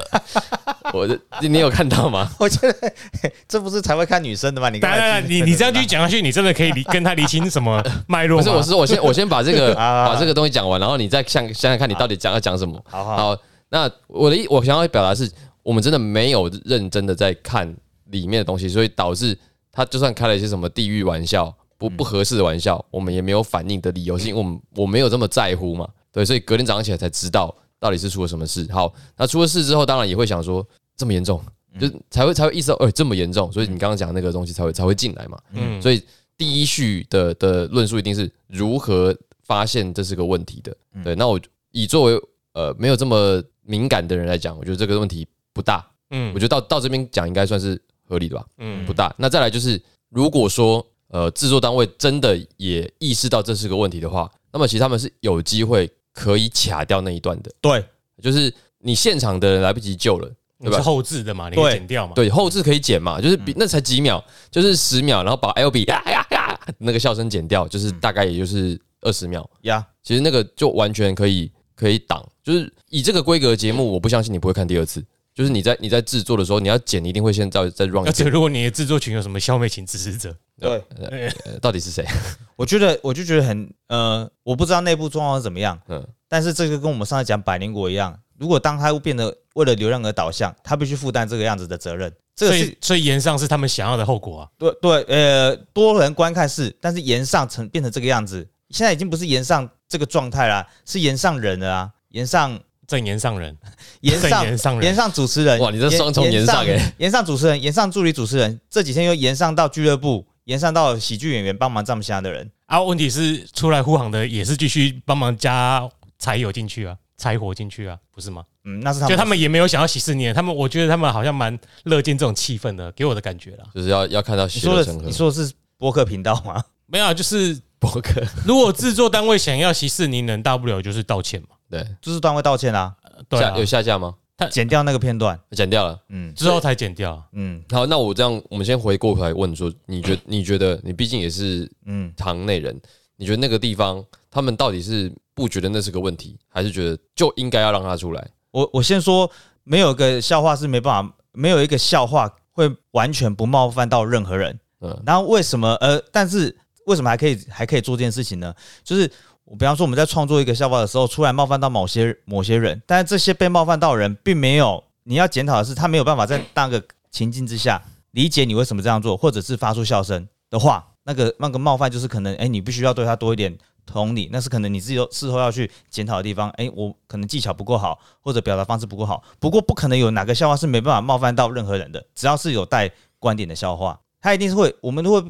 B: 我的你有看到吗？
A: 我觉得嘿这不是才会看女生的吗？你刚
C: 当
A: 才
C: 然，你你这样继续讲下去，你真的可以理 <laughs> 跟他理清什么脉络
B: 不
C: 吗？
B: 是，我是我先我先把这
A: <laughs>
B: 个
A: 啊
B: 把这个东西讲完，然后你再想想想看你到底讲要讲什么。
A: 好好好
B: 好，那我的意我想要表达的是我们真的没有认真的在看里面的东西，所以导致他就算开了一些什么地狱玩笑、不
A: 嗯
B: 不合适的玩笑，我们也没有反应的理由，是因为我们我没有这么在乎嘛。对，所以隔天早上起来才知道到底是出了什么事。好，那出了事之后，当然也会想说这么严重，
A: 嗯
B: 就是才会才会意识到，哎、这么严重，所以你刚刚讲那个东西才会才会进来嘛。
C: 嗯，
B: 所以第一序的的论述一定是如何发现这是个问题的。
C: 嗯
B: 对，那我以作为呃没有这么敏感的人来讲，我觉得这个问题不大。
C: 嗯
B: 我觉得到到这边讲应该算是合理的吧，
C: 嗯
B: 不大。那再来就是，如果说呃制作单位真的也意识到这是个问题的话，那么其实他们是有机会可以卡掉那一段的，
A: 对
B: 就是你现场的人来不及救了。
C: 你是后置的嘛，你可以剪掉嘛。
B: 对，后置可以剪嘛，就是
A: 嗯
B: 比那才几秒，就是十秒，然后把 L B 呀呀呀那个笑声剪掉，就是
A: 嗯
B: 大概也就是二十秒。
A: 呀，
B: 其实那个就完全可以可以挡，就是以这个规格的节目，我不相信你不会看第二次。就是你在你在制作的时候，你要剪，你一定会先再再 run 一
C: 而且
B: 次，
C: 如果你的制作群有什么消灭型支持者，
A: 对，
B: 呃到底是谁？ <laughs>
A: 我觉得我就觉得很呃，我不知道内部状况是怎么样，
B: 嗯，
A: 但是这个跟我们上次讲百灵果一样，如果当他变得为了流量而导向，他必须负担这个样子的责任。这
C: 所
A: 个是
C: 以所以延上是他们想要的后果啊。
A: 对对，呃，多人观看是，但是延上成变成这个样子，现在已经不是延上这个状态啦，是延上人了啊，延上
C: 正延上人，
A: 延上
C: 正延上人
A: 延上主持人，
B: 哇你这双重延上
A: 延延上主持人，延上助理主持人，这几天又延上到俱乐部，延上到喜剧演员帮忙站下的人，
C: 啊，问题是出来护航的也是继续帮忙加柴油进去啊，柴火进去啊，不是吗？
A: 嗯，那是他们
C: 就他们也没有想要息事宁人，他们我觉得他们好像蛮乐见这种气氛的，给我的感觉啦。
B: 就是要要看到
A: 你
B: 血
A: 说
B: 流
A: 的
B: 成河
A: 你。说的是播客频道吗？ <laughs>
C: 没有啊，就是
B: <laughs> 博客
C: 如果制作单位想要息事宁人，大不了就是道歉嘛。
B: 对
A: 就是段位道歉啦、
C: 对啊
B: 下有，下架吗？
A: 剪掉那个片段，
B: 剪掉了。
A: 嗯
C: 之后才剪掉。啊
A: 嗯
B: 好，那我这样，我们先回过头来问说，你觉你觉得你毕竟也是
A: 嗯，
B: 堂内人，你觉得那个地方他们到底是不觉得那是个问题，还是觉得就应该要让他出来？
A: 我我先说，没有一个笑话是没办法，没有一个笑话会完全不冒犯到任何人。
B: 嗯，
A: 然后为什么呃，但是为什么还可以还可以做这件事情呢？就是我比方说我们在创作一个笑话的时候，突然冒犯到某些某些人，但是这些被冒犯到的人并没有，你要检讨的是他没有办法在那个情境之下理解你为什么这样做，或者是发出笑声的话，那个那个冒犯就是可能哎，你必须要对他多一点。同理，那是可能你自己都事后要去检讨的地方。哎、我可能技巧不够好，或者表达方式不够好。不过，不可能有哪个笑话是没办法冒犯到任何人的，只要是有带观点的笑话，他一定是会，我们都会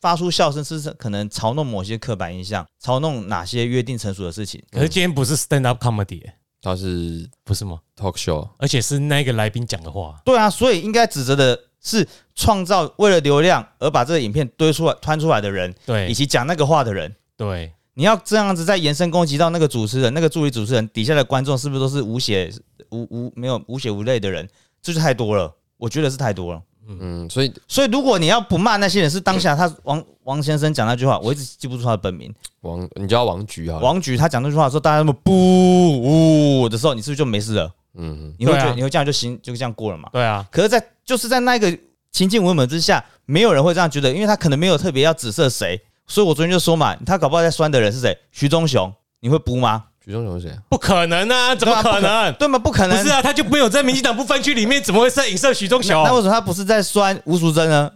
A: 发出笑声，是可能嘲弄某些刻板印象，嘲弄哪些约定成熟的事情。
C: 可是今天不是 stand up comedy，、欸、
B: 他是
C: 不是吗？
B: talk show，
C: 而且是那个来宾讲的话，
A: 对啊，所以应该指责的是创造为了流量而把这个影片堆出来、摊出来的人，以
C: 对
A: 及讲那个话的人。
C: 对，
A: 你要这样子再延伸攻击到那个主持人、那个助理主持人底下的观众，是不是都是无血无无没有无血无泪的人？这就太多了，我觉得是太多了。
B: 嗯，所以
A: 所以如果你要不骂那些人，是当下他王王先生讲那句话，我一直记不住他的本名。
B: 王你叫他王局好了，
A: 王局他讲这句话的时候，大家那么不呜的时候，你是不是就没事了？
B: 嗯，
A: 你会
C: 对啊
A: 觉得你会这样就行，就这样过了嘛？
C: 对啊，
A: 可是在，就是在那个情境文本之下，没有人会这样觉得，因为他可能没有特别要指涉谁。所以我昨天就说嘛，他搞不好在酸的人是谁？徐忠雄，你会补吗？
B: 徐忠雄是谁啊？
C: 不可能啊，怎么
A: 对啊
C: 可能？
A: <laughs> 对吗？不可
C: 不
A: 能。
C: 是啊，他就没有在民进党不分区里面，怎么会在影射许忠
A: 那为
C: 雄？
A: 什么他不是啊在酸吴淑珍呢？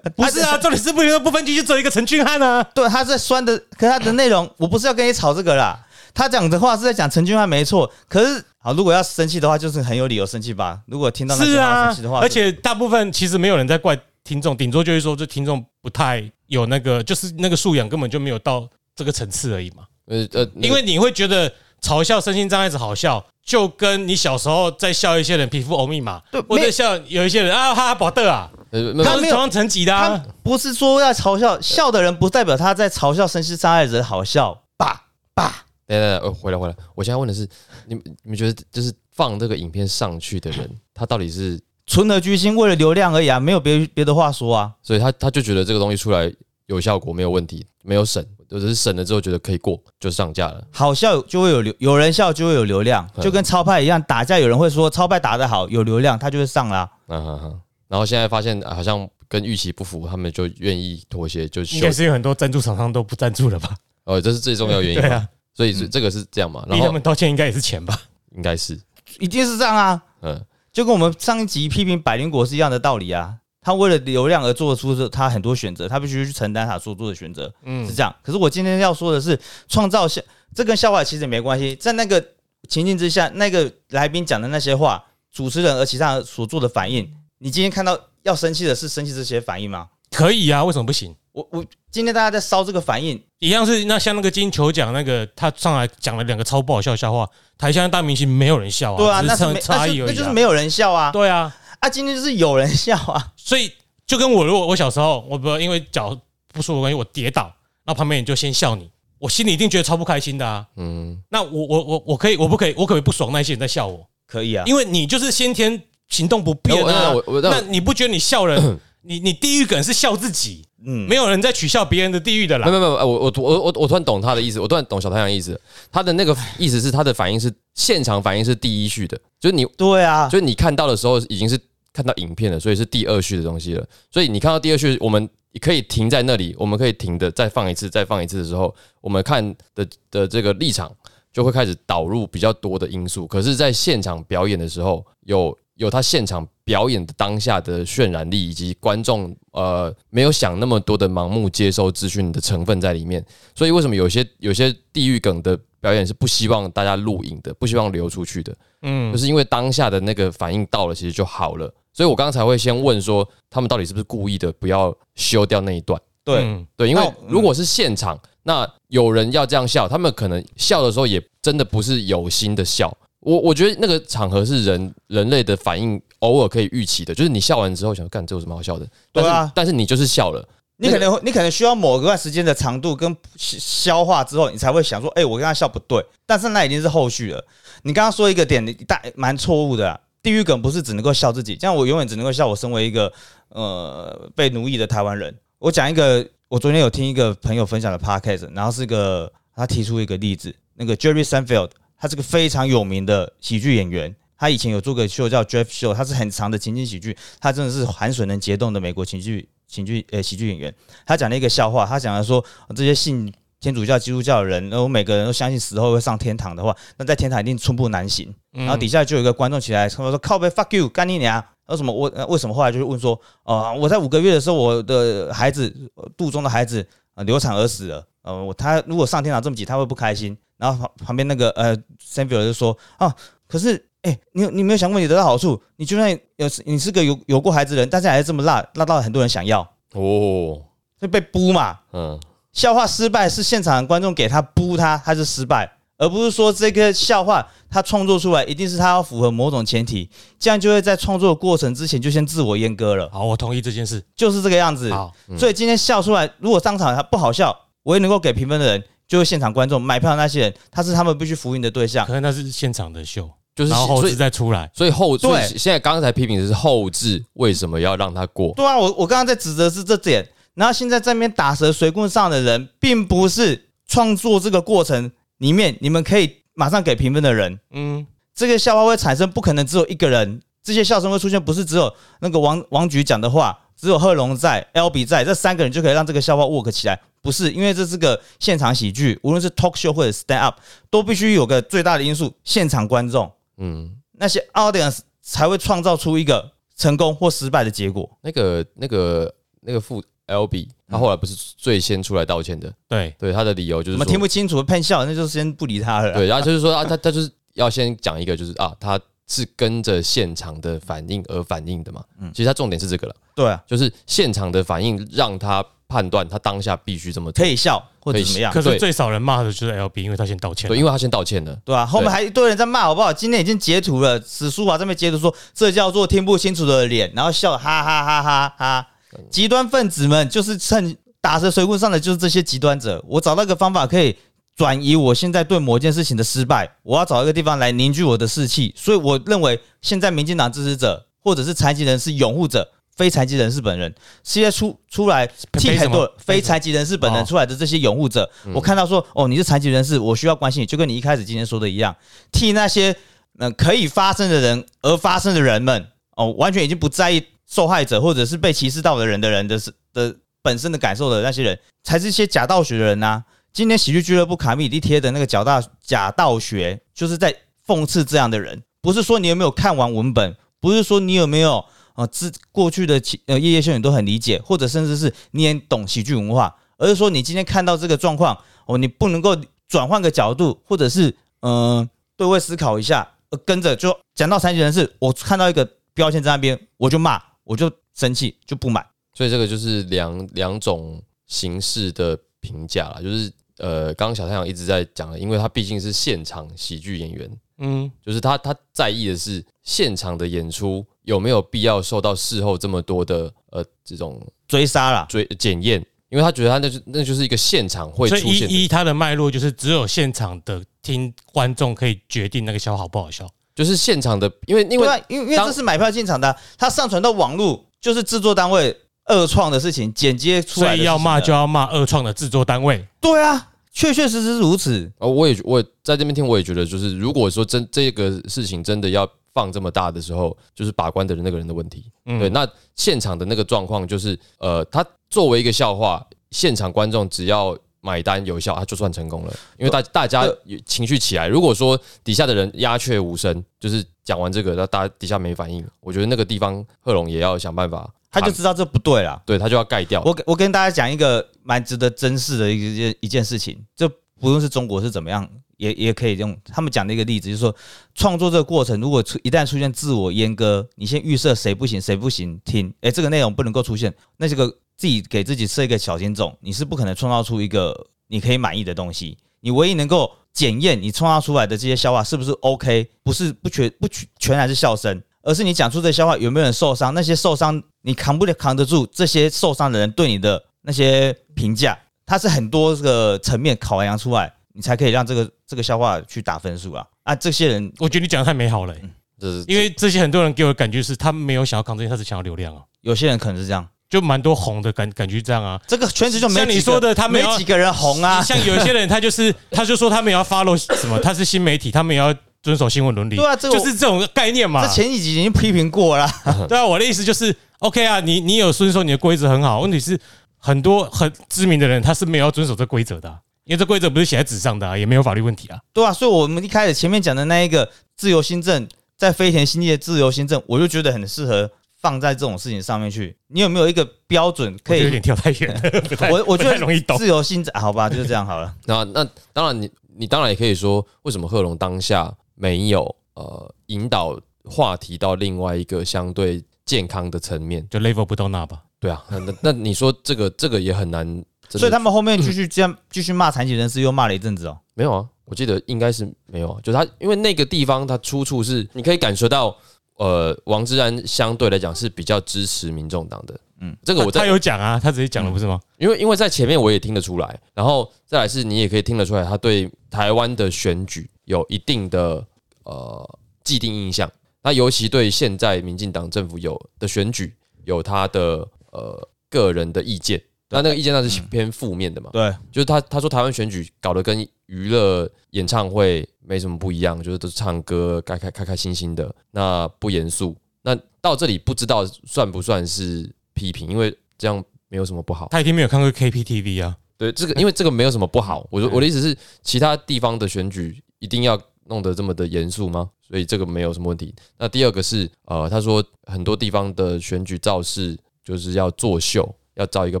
C: 不是啊，重点是不不分区就只有一个陈俊翰啊。
A: 对，他在酸的，可他的内容，我不是要跟你吵这个啦。他讲的话是在讲陈俊翰没错，可是好，如果要生气的话，就是很有理由生气吧。如果听到那
C: 是
A: 句话
C: 啊
A: 生气的话，，
C: 而且大部分其实没有人在怪听众，顶多就是说这听众不太有那个，就是那个素养根本就没有到这个层次而已嘛。
B: 呃呃，那个
C: 因为你会觉得嘲笑身心障碍者好笑，就跟你小时候在笑一些人皮肤欧密码，或者笑有一些人啊哈哈宝特啊，
B: 呃没有
C: 他们是同样层级的、
A: 他
C: 啊。
A: 不是说要嘲笑，笑的人不代表他在嘲笑身心障碍者好笑吧吧？
B: 等一下等一下，呃，回来回来，我现在问的是，你们你们觉得就是放这个影片上去的人，他到底是，
A: 存何居心，为了流量而已啊，没有别别的话说啊。
B: 所以他他就觉得这个东西出来有效果，没有问题，没有审，就只是审了之后觉得可以过，就上架了。
A: 好笑就会有流，有人笑就会有流量，
B: 嗯
A: 就跟超派一样，打架有人会说超派打得好，有流量，他就会上啦、
B: 啊哈哈，然后现在发现啊好像跟预期不符，他们就愿意妥协，就
C: 应
B: 修
C: 该。是有很多赞助厂商都不赞助了吧？
B: 哦，这是最重要原因
C: 对
B: 嘛。
C: 啊，
B: 所以这这个是这样嘛？然
C: 逼他
B: 后
C: 们道歉应该也是钱吧？
B: 应该是，
A: 一定是这样啊。
B: 嗯，
A: 就跟我们上一集批评百灵果是一样的道理啊。他为了流量而做出这他很多选择，他必须去承担他所做的选择，
C: 嗯
A: 是，这样。可是我今天要说的是，创造效，这跟笑话其实没关系。在那个情境之下，那个来宾讲的那些话，主持人而其他人所做的反应，你今天看到要生气的是生气这些反应吗？
C: 可以啊，为什么不行？
A: 我我今天大家在烧这个反应，
C: 一样是那像那个金球奖那个，他上来讲了两个超不好笑的笑话，台下的大明星没有人笑啊，
A: 对啊，
C: 只
A: 那
C: 是
A: 是
C: 差
A: 没
C: 差异
A: 那就
C: 而已、
A: 那就是
C: 啊。
A: 没有人笑啊
C: 对啊，
A: 啊！今天就是有人笑啊，
C: 所以就跟我如果我小时候，我不因为脚不舒服的关系，我跌倒，那旁边人就先笑你，我心里一定觉得超不开心的啊。
B: 嗯，
C: 那我我我我可以我不可以我可不可以不爽那些人在笑我？
A: 可以啊，
C: 因为你就是先天行动不便啊。
B: 哎我我我
C: 那你不觉得你
B: <coughs>
C: 笑人，你你地狱梗是笑自己，
A: 嗯，
C: 没有人在取笑别人的地狱的
B: 没有
C: 啦。
B: 没有没有，呃我我我我我突然懂他的意思，我突然懂小太阳的意思。他的那个意思是他的反应是现场反应是第一序的，就是你
A: 对啊，
B: 所以你看到的时候已经是看到影片了，所以是第二序的东西了。所以你看到第二序，我们可以停在那里，我们可以停的再放一次，再放一次的时候，我们看的的这个立场就会开始导入比较多的因素。可是，在现场表演的时候，有有他现场表演的当下的渲染力，以及观众呃没有想那么多的盲目接收资讯的成分在里面。所以为什么有些有些地域梗的表演是不希望大家录影的，不希望流出去的？
C: 嗯
B: 就，是因为当下的那个反应到了，其实就好了。所以我刚才会先问说，他们到底是不是故意的，不要修掉那一段？
A: 对，
C: 嗯，
B: 对，因
A: 那
B: 为
A: 我
B: 如果是现场，那有人要这样笑，他们可能笑的时候也真的不是有心的笑。我我觉得那个场合是人人类的反应偶尔可以预期的，就是你笑完之后想干这有什么好笑的？
A: 对啊
B: 但是但是你就是笑了，
A: 你可能会，你可能需要某一呃段时间的长度跟消消化之后，你才会想说，哎、我跟他笑不对。但是那已经是后续了。你刚刚说一个点，你大蛮错误的、啊。地狱梗不是只能够笑自己，这样我永远只能够笑我身为一个呃被奴役的台湾人。我讲一个，我昨天有听一个朋友分享的 podcast，然后是一个他提出一个例子，那个 Jerry Seinfeld，他是个非常有名的喜剧演员，他以前有做个秀叫 Jeff Show，他是很长的情景喜剧，他真的是寒水能结冻的美国情剧情剧呃喜剧演员。他讲了一个笑话，他讲了说、呃这些信天主教、基督教的人，然后每个人都相信死后会上天堂的话，那在天堂一定寸步难行。然后底下就有一个观众起来，他说：“靠背 fuck you，干你娘！”然后什么我呃为什么后来就是问说，啊、我在五个月的时候，我的孩子呃肚中的孩子呃流产而死了，呃，我他如果上天堂这么急，他会不开心。然后旁旁边那个呃 s a m u e l 就说啊，可是哎、你有你没有想过你得到好处？你就算有你是个有有过孩子的人，但是还是这么辣，辣到很多人想要，
B: 哦，
A: 就被บู嘛。
B: 嗯，
A: 笑话失败是现场观众给他บู他，他是失败，而不是说这个笑话他创作出来一定是他要符合某种前提，这样就会在创作的过程之前就先自我阉割了，
C: 好，我同意这件事。
A: 就是这个样子。
C: 好，嗯
A: 所以今天笑出来，如果当场他不好笑，唯一能够给评分的人就是现场观众买票的那些人，他是他们必须服膺的对象
C: 可。能那是现场的秀，
B: 就是
C: 然后后
B: 所
C: 置
B: 以
C: 再出来。
B: 所以后所以
A: 对
B: 现在刚才批评的是后置为什么要让他过？
A: 对啊，我我刚刚在指责是这点，然后现在在那边打蛇随棍上的人，并不是创作这个过程里面你们可以马上给评分的人。
C: 嗯，
A: 这个笑话会产生，不可能只有一个人。这些笑声会出现，不是只有那个王王局讲的话，只有贺龙在、L B 在这三个人就可以让这个笑话 work 起来，不是？因为这是个现场喜剧，无论是 talk show 或者 stand up，都必须有个最大的因素——现场观众，
B: 嗯。
A: 那些 audience 才会创造出一个成功或失败的结果。
B: 那个那个那个副 L B，他后来不是最先出来道歉的，
C: 对，
B: 对他的理由就
A: 我
B: 是
A: 们听
B: 说，
A: 不清楚，喷笑，那就先不理他了啦。
B: 对，然后就是说啊，他他就是要先讲一个，就是啊，他是跟着现场的反应而反应的嘛。
A: 嗯
B: 其实它重点是这个了，
A: 对啊，
B: 就是现场的反应让他判断他当下必须这么做
A: 可。以笑或者怎么样，
C: 可是
B: 对
C: 最少人骂的就是 LB，因为他先道歉啊
B: 对，。因为他先道歉了。
A: 对啊，后面还一堆人在骂好不好？今天已经截图了，史书啊法这边截图说这叫做听不清楚的脸，然后笑哈哈哈哈哈。极端分子们就是趁打着水棍上的就是这些极端者。我找到一个方法可以转移我现在对某件事情的失败，我要找一个地方来凝聚我的士气。所以我认为现在民进党支持者或者是残疾人士拥护者。非残疾人士本人，现在出出来替
C: 非什
A: 很
C: 么
A: 多非残疾人士本人
C: 哦
A: 出来的这些拥护者，我看到说，哦，你是残疾人士，我需要关心你，就跟你一开始今天说的一样，替那些嗯、呃可以发声的人而发声的人们，哦，完全已经不在意受害者或者是被歧视到的人的人的是的本身的感受的那些人，才是一些假道学的人呐、今天喜剧俱乐部卡米蒂贴的那个假大假道学，就是在讽刺这样的人，不是说你有没有看完文本，不是说你有没有呃自过去的其呃夜夜秀你都很理解，或者甚至是你也懂喜剧文化，而是说你今天看到这个状况哦，你不能够转换个角度，或者是嗯、呃对位思考一下，呃跟着就讲到残疾人士，我看到一个标签在那边，我就骂，我就生气，就不买。
B: 所以这个就是两两种形式的评价啦，就是呃，刚刚小太阳一直在讲的，因为他毕竟是现场喜剧演员，
C: 嗯，
B: 就是他他在意的是现场的演出有没有必要受到事后这么多的呃这种
A: 追杀啦，
B: 追呃检验，因为他觉得他那就那就是一个现场会
C: 所以
B: 出现
C: 依
B: 的，
C: 依他的脉络就是只有现场的听观众可以决定那个笑好不好笑。
B: 就是现场的，因为因
A: 对
B: 为
A: 啊，因为因为
B: 当
A: 这是买票进场的啊，它上传到网络就是制作单位恶创的事情，剪接出来的
C: 所以要
A: 事
C: 骂
A: 情
C: 就
A: 啊
C: 要骂二创的制作单位，
A: 对啊，确确实实如此。
B: 呃，我也我也在这边听，我也觉得就是如果说真这个事情真的要放这么大的时候，就是把关的那个人的问题。
A: 嗯
B: 对，那现场的那个状况就是，呃，他作为一个笑话，现场观众只要买单有效，他就算成功了，因为大大家情绪起来。如果说底下的人鸦雀无声，就是讲完这个，那大家底下没反应，我觉得那个地方贺龙也要想办法，
A: 他就知道这不对啦。
B: 对他就要盖掉。
A: 我给我跟大家讲一个蛮值得珍视的一件一件事情，这不论是中国是怎么样，也也可以用他们讲的一个例子，就是说创作这个过程，如果出一旦出现自我阉割，你先预设谁不行谁不行，听，哎、这个内容不能够出现，那这个自己给自己设一个小金种，你是不可能创造出一个你可以满意的东西，你唯一能够。检验你创造出来的这些笑话是不是 OK，不是不全不全全然是笑声，而是你讲出这笑话有没有人受伤？那些受伤你扛不了扛得住？这些受伤的人对你的那些评价，它是很多个层面考量出来，你才可以让这个这个笑话去打分数啊啊！这些人
C: 我觉得你讲的太美好了欸、
B: 这是
C: 因为这些很多人给我的感觉是他没有想要扛这些，他只想要流量啊，
A: 有些人可能是这样，
C: 就蛮多红的感感觉这样啊。
A: 这个圈子就没
C: 像你
A: 几个
C: 说的他没
A: 没
C: 有
A: 几个人红啊，
C: 像有一些人他就是 <laughs> 他就说他们也要 follow 什么，他是新媒体，他们也要遵守新闻伦理，
A: 对啊这个我
C: 就是这种概念嘛
A: 这。前几集已经批评过了， <laughs>
C: 对啊，我的意思就是 OK 啊，你你有遵守你的规则很好，问题是很多很知名的人他是没有要遵守这规则的啊、因为这规则不是写在纸上的、啊，也没有法律问题啊。
A: 对啊，所以我们一开始前面讲的那一个自由新政，在飞田新地的自由新政，我就觉得很适合放在这种事情上面去。你有没有一个标准可
C: 我觉得有
A: 以？
C: 点跳太远
A: <laughs>
C: 了，不太
A: 我我觉
C: 不太
A: 得
C: 容易懂。
A: 自由新政，啊好吧，就是这样好
C: <laughs>
A: 了。
B: 那那当然你，你当然也可以说，为什么贺龙当下没有呃引导话题到另外一个相对健康的层面？
C: 就 level 不到那吧。
B: 对啊，那那那你说这个这个也很难，真的
A: 所以他们后面继续这样继续骂残疾人士，又骂了一阵子哦。
B: 没有啊？我记得应该是没有啊，就是他因为那个地方它出处是你可以感受到，呃，王志安相对来讲是比较支持民众党的，嗯，这个我在
C: 他有讲啊，他直接讲了不是吗？
B: 因为因为在前面我也听得出来，然后再来是你也可以听得出来，他对台湾的选举有一定的呃既定印象。那尤其对现在民进党政府有的选举有他的呃个人的意见，那那个意见那是偏负面的嘛，
A: 对，
B: 就是他他说台湾选举搞得跟娱乐演唱会没什么不一样，就是都是唱歌，开开开开心心的，那不严肃。那到这里不知道算不算是批评，因为这样没有什么不好。
C: 他一定没有看过 KPTV 啊。
B: 对，这个因为这个没有什么不好，我说我的意思是，其他地方的选举一定要弄得这么的严肃吗？所以这个没有什么问题。那第二个是，呃，他说很多地方的选举造势就是要作秀，要造一个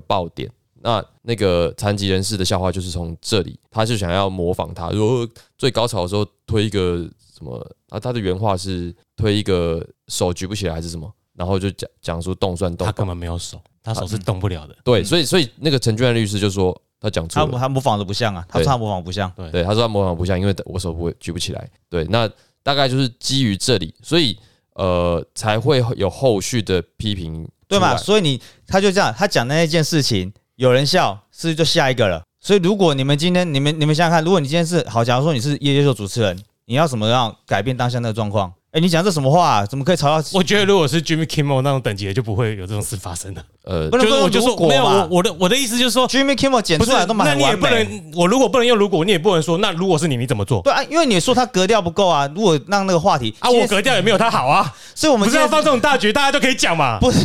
B: 爆点。那那个残疾人呃士的笑话就是从这里，他就想要模仿他，如果最高潮的时候推一个什么啊？他的原话是推一个手举不起来还是什么，然后就讲讲出动算动
C: 他。根本没有手，他手是动不了的。
B: 对，所以所以那个陈俊安律师就说他讲错
A: 他
B: 了，
A: 他模仿的不像啊，他
B: 对
A: 说他模仿不像，
C: 对
B: 对，他说他模仿不像，因为我手不会举不起来。对，那大概就是基于这里，所以呃才会有后续的批评，
A: 对嘛？？所以你他就这样，他讲的那件事情，有人笑，是不是就下一个了？所以如果你们今天，你们你们想想看，如果你今天是好，假如说你是夜夜秀主持人，你要怎么样改变当下那个状况？哎、你讲这什么话啊、怎么可以吵到？
C: 我觉得如果是 Jimmy Kimmel 那种等级的，就不会有这种事发生的。
B: 呃
A: 不，能
C: 就是
A: 说
C: 我就
A: 如
C: 说
A: 果
C: 没有，我
A: 嘛
C: 我的我的意思就是说，
A: Jimmy Kimmel 剪
C: 不
A: 出
C: 是
A: 来都，
C: 那
A: 蛮
C: 你也
A: 完
C: 不
A: 美。
C: 能，我如果不能用如果，你也不能说，那如果是你，你怎么做
A: 对啊，因为你说他格调不够啊，如果让那个话题
C: 啊？
A: 今
C: 我
A: 天
C: 格调也没有他好啊，
A: 所以我们
C: 不是
A: 今
C: 要
A: 天
C: 放这种大局，大家都可以讲嘛。
A: 不是 <laughs>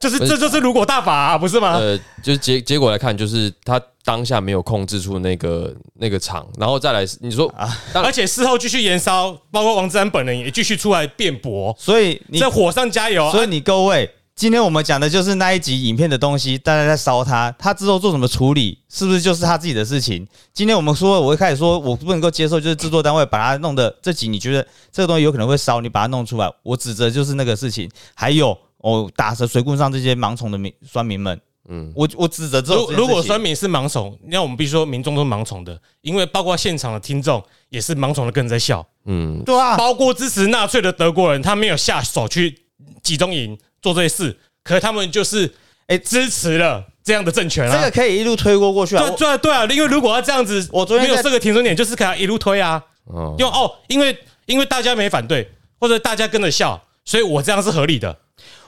C: 就是
B: 不是
C: 这就是如果大法啊，不是吗？
B: 呃，就是结结果来看，就是他当下没有控制住那个那个场，然后再来是你说
C: 啊
B: 当
C: 而且事后继续延烧，包括王志安本人也继续出来辩驳，
A: 所以你
C: 在火上加油啊。
A: 所以你各位，今天我们讲的就是那一集影片的东西，大家在烧它，他之后做什么处理，是不是就是他自己的事情？今天我们说，我一开始说我不能够接受，就是制作单位把它弄的这集，你觉得这个东西有可能会烧，你把它弄出来，我指责就是那个事情。还有，哦、打蛇随棍上这些盲从的民酸民们，嗯，我我指责之后
C: 如，如果酸
A: 酸
C: 民是盲从，那我们必须说民众都是盲从的，因为包括现场的听众也是盲从的跟着在笑，
B: 嗯，
A: 对啊，
C: 包括支持纳粹的德国人，他没有下手去集中营做这些事，可他们就是
A: 哎
C: 哎支持了这样的政权
A: 这
C: 啊
A: 个。可以一路推锅过去啊。
C: 对
A: 我
C: 对对啊，因为如果要这样子，
A: 我昨天
C: 没有
A: 在
C: 这个停损点，就是给他一路推啊。
B: 哦，
C: 因为哦，因为因为大家没反对，或者大家跟着笑，所以我这样是合理的。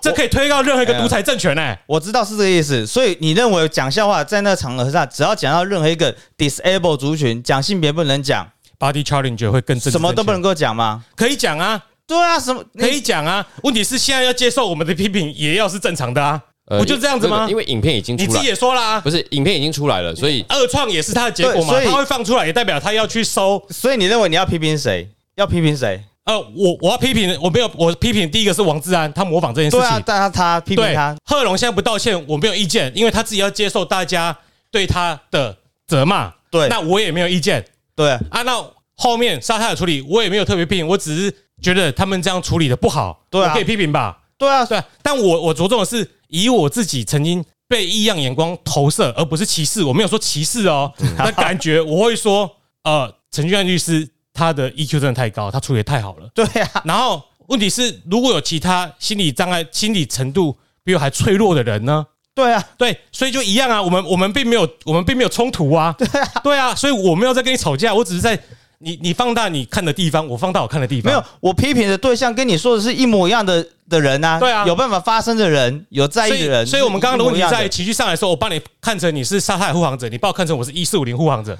C: 这可以推到任何一个独裁政权哎、
A: 我知道是这个意思，所以你认为讲笑话在那个场合上，只要讲到任何一个 disable 族群，讲性别不能讲，
C: Body challenge 会更政治
A: 什么都
C: 正确
A: 不能够讲吗？
C: 可以讲啊，
A: 对啊，什么
C: 可以？讲啊。问题是现在要接受我们的批评，也要是正常的啊，不就这样子吗
B: 呃因？为影片已经
C: 你
B: 出
C: 自
B: 来
C: 己，也说啦、啊
B: 不是影片已经出来了，所以
C: 二创也是他的结果嘛，
A: 对所以
C: 他会放出来，也代表他要去收。
A: 你所以你认为你要批评谁？要批评谁？
C: 呃，我我要批评，我没有，我批评第一个是王志安，他模仿这件事
A: 对
C: 情。
A: 啊，但他他批评
C: 对
A: 他，
C: 贺龙现在不道歉，我没有意见，因为他自己要接受大家对他的责骂。
A: 对
C: 那我也没有意见
A: 对
C: 啊。那后面沙泰的处理，我也没有特别批评，我只是觉得他们这样处理的不好，
A: 对啊
C: 我可以批评吧。
A: 对啊，
C: 对啊，但我我着重的是以我自己曾经被异样眼光投射，而不是歧视。我没有说歧视哦，
A: 嗯
C: 那感觉我会说，呃，陈俊安律师他的 EQ 真的太高，他处理的太好了。
A: 对啊，
C: 然后问题是，如果有其他心理障碍、心理程度比我还脆弱的人呢？
A: 对啊，
C: 对，所以就一样啊，我们我们并没有我们并没有冲突啊，对啊，所以我没有在跟你吵架，我只是在你你放大你看的地方，我放大我看的地方，
A: 没有，我批评的对象跟你说的是一模一样的的人啊，
C: 对啊
A: 有办法发声的人，有在
C: 所
A: 意
C: 以
A: 的人，
C: 所以我们刚刚的问题
A: 一模一
C: 在
A: 样的，
C: 情绪上来说，我把你看成你是杀害护航者，你把我看成我是一四五零护航者，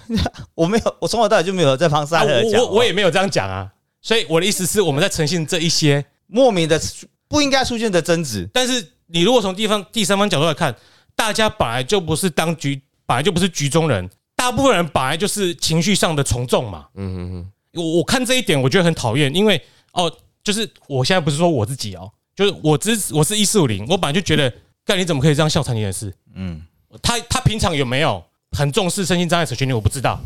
A: 我没有，我从头到尾就没有在帮
C: 啊
A: 杀人
C: 我
A: 讲
C: 我
A: 话，
C: 我也没有这样讲啊，所以我的意思是我们在呈现这一些，
A: 莫名的不应该出现的争执，
C: 但是你如果从地方第三方角度来看，大家本来就不是当局，本来就不是局中人，大部分人本来就是情绪上的从众嘛。嗯嗯嗯，我我看这一点，我觉得很讨厌，因为哦，就是我现在不是说我自己哦，就是我支持我是一四五零，我本来就觉得，干你怎么可以这样笑残疾人士？
A: 嗯，
C: 他他平常有没有很重视身心障碍者权利，我不知道。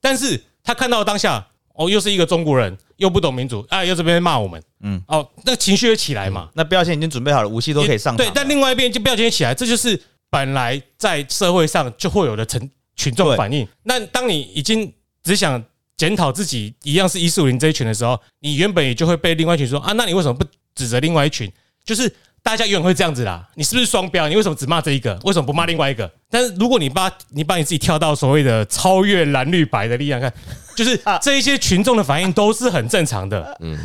C: 但是他看到当下，哦，又是一个中国人，又不懂民主，啊，又这边骂我们，
A: 嗯
C: 嗯，哦，那情绪又起来嘛。
A: 那标签已经准备好了，武器都可以上场
C: 对
A: 了，，
C: 但另外一边就不要捡起来，这就是本来在社会上就会有的群群众反应。那当你已经只想检讨自己一样是一四五零这一群的时候，你原本也就会被另外一群说啊，那你为什么不指责另外一群？就是大家永远会这样子啦，你是不是双标？你为什么只骂这一个？为什么不骂另外一个？但是如果你把你把你自己跳到所谓的超越蓝绿白的力量看，就是
A: 啊
C: 这一些群众的反应都是很正常的，嗯，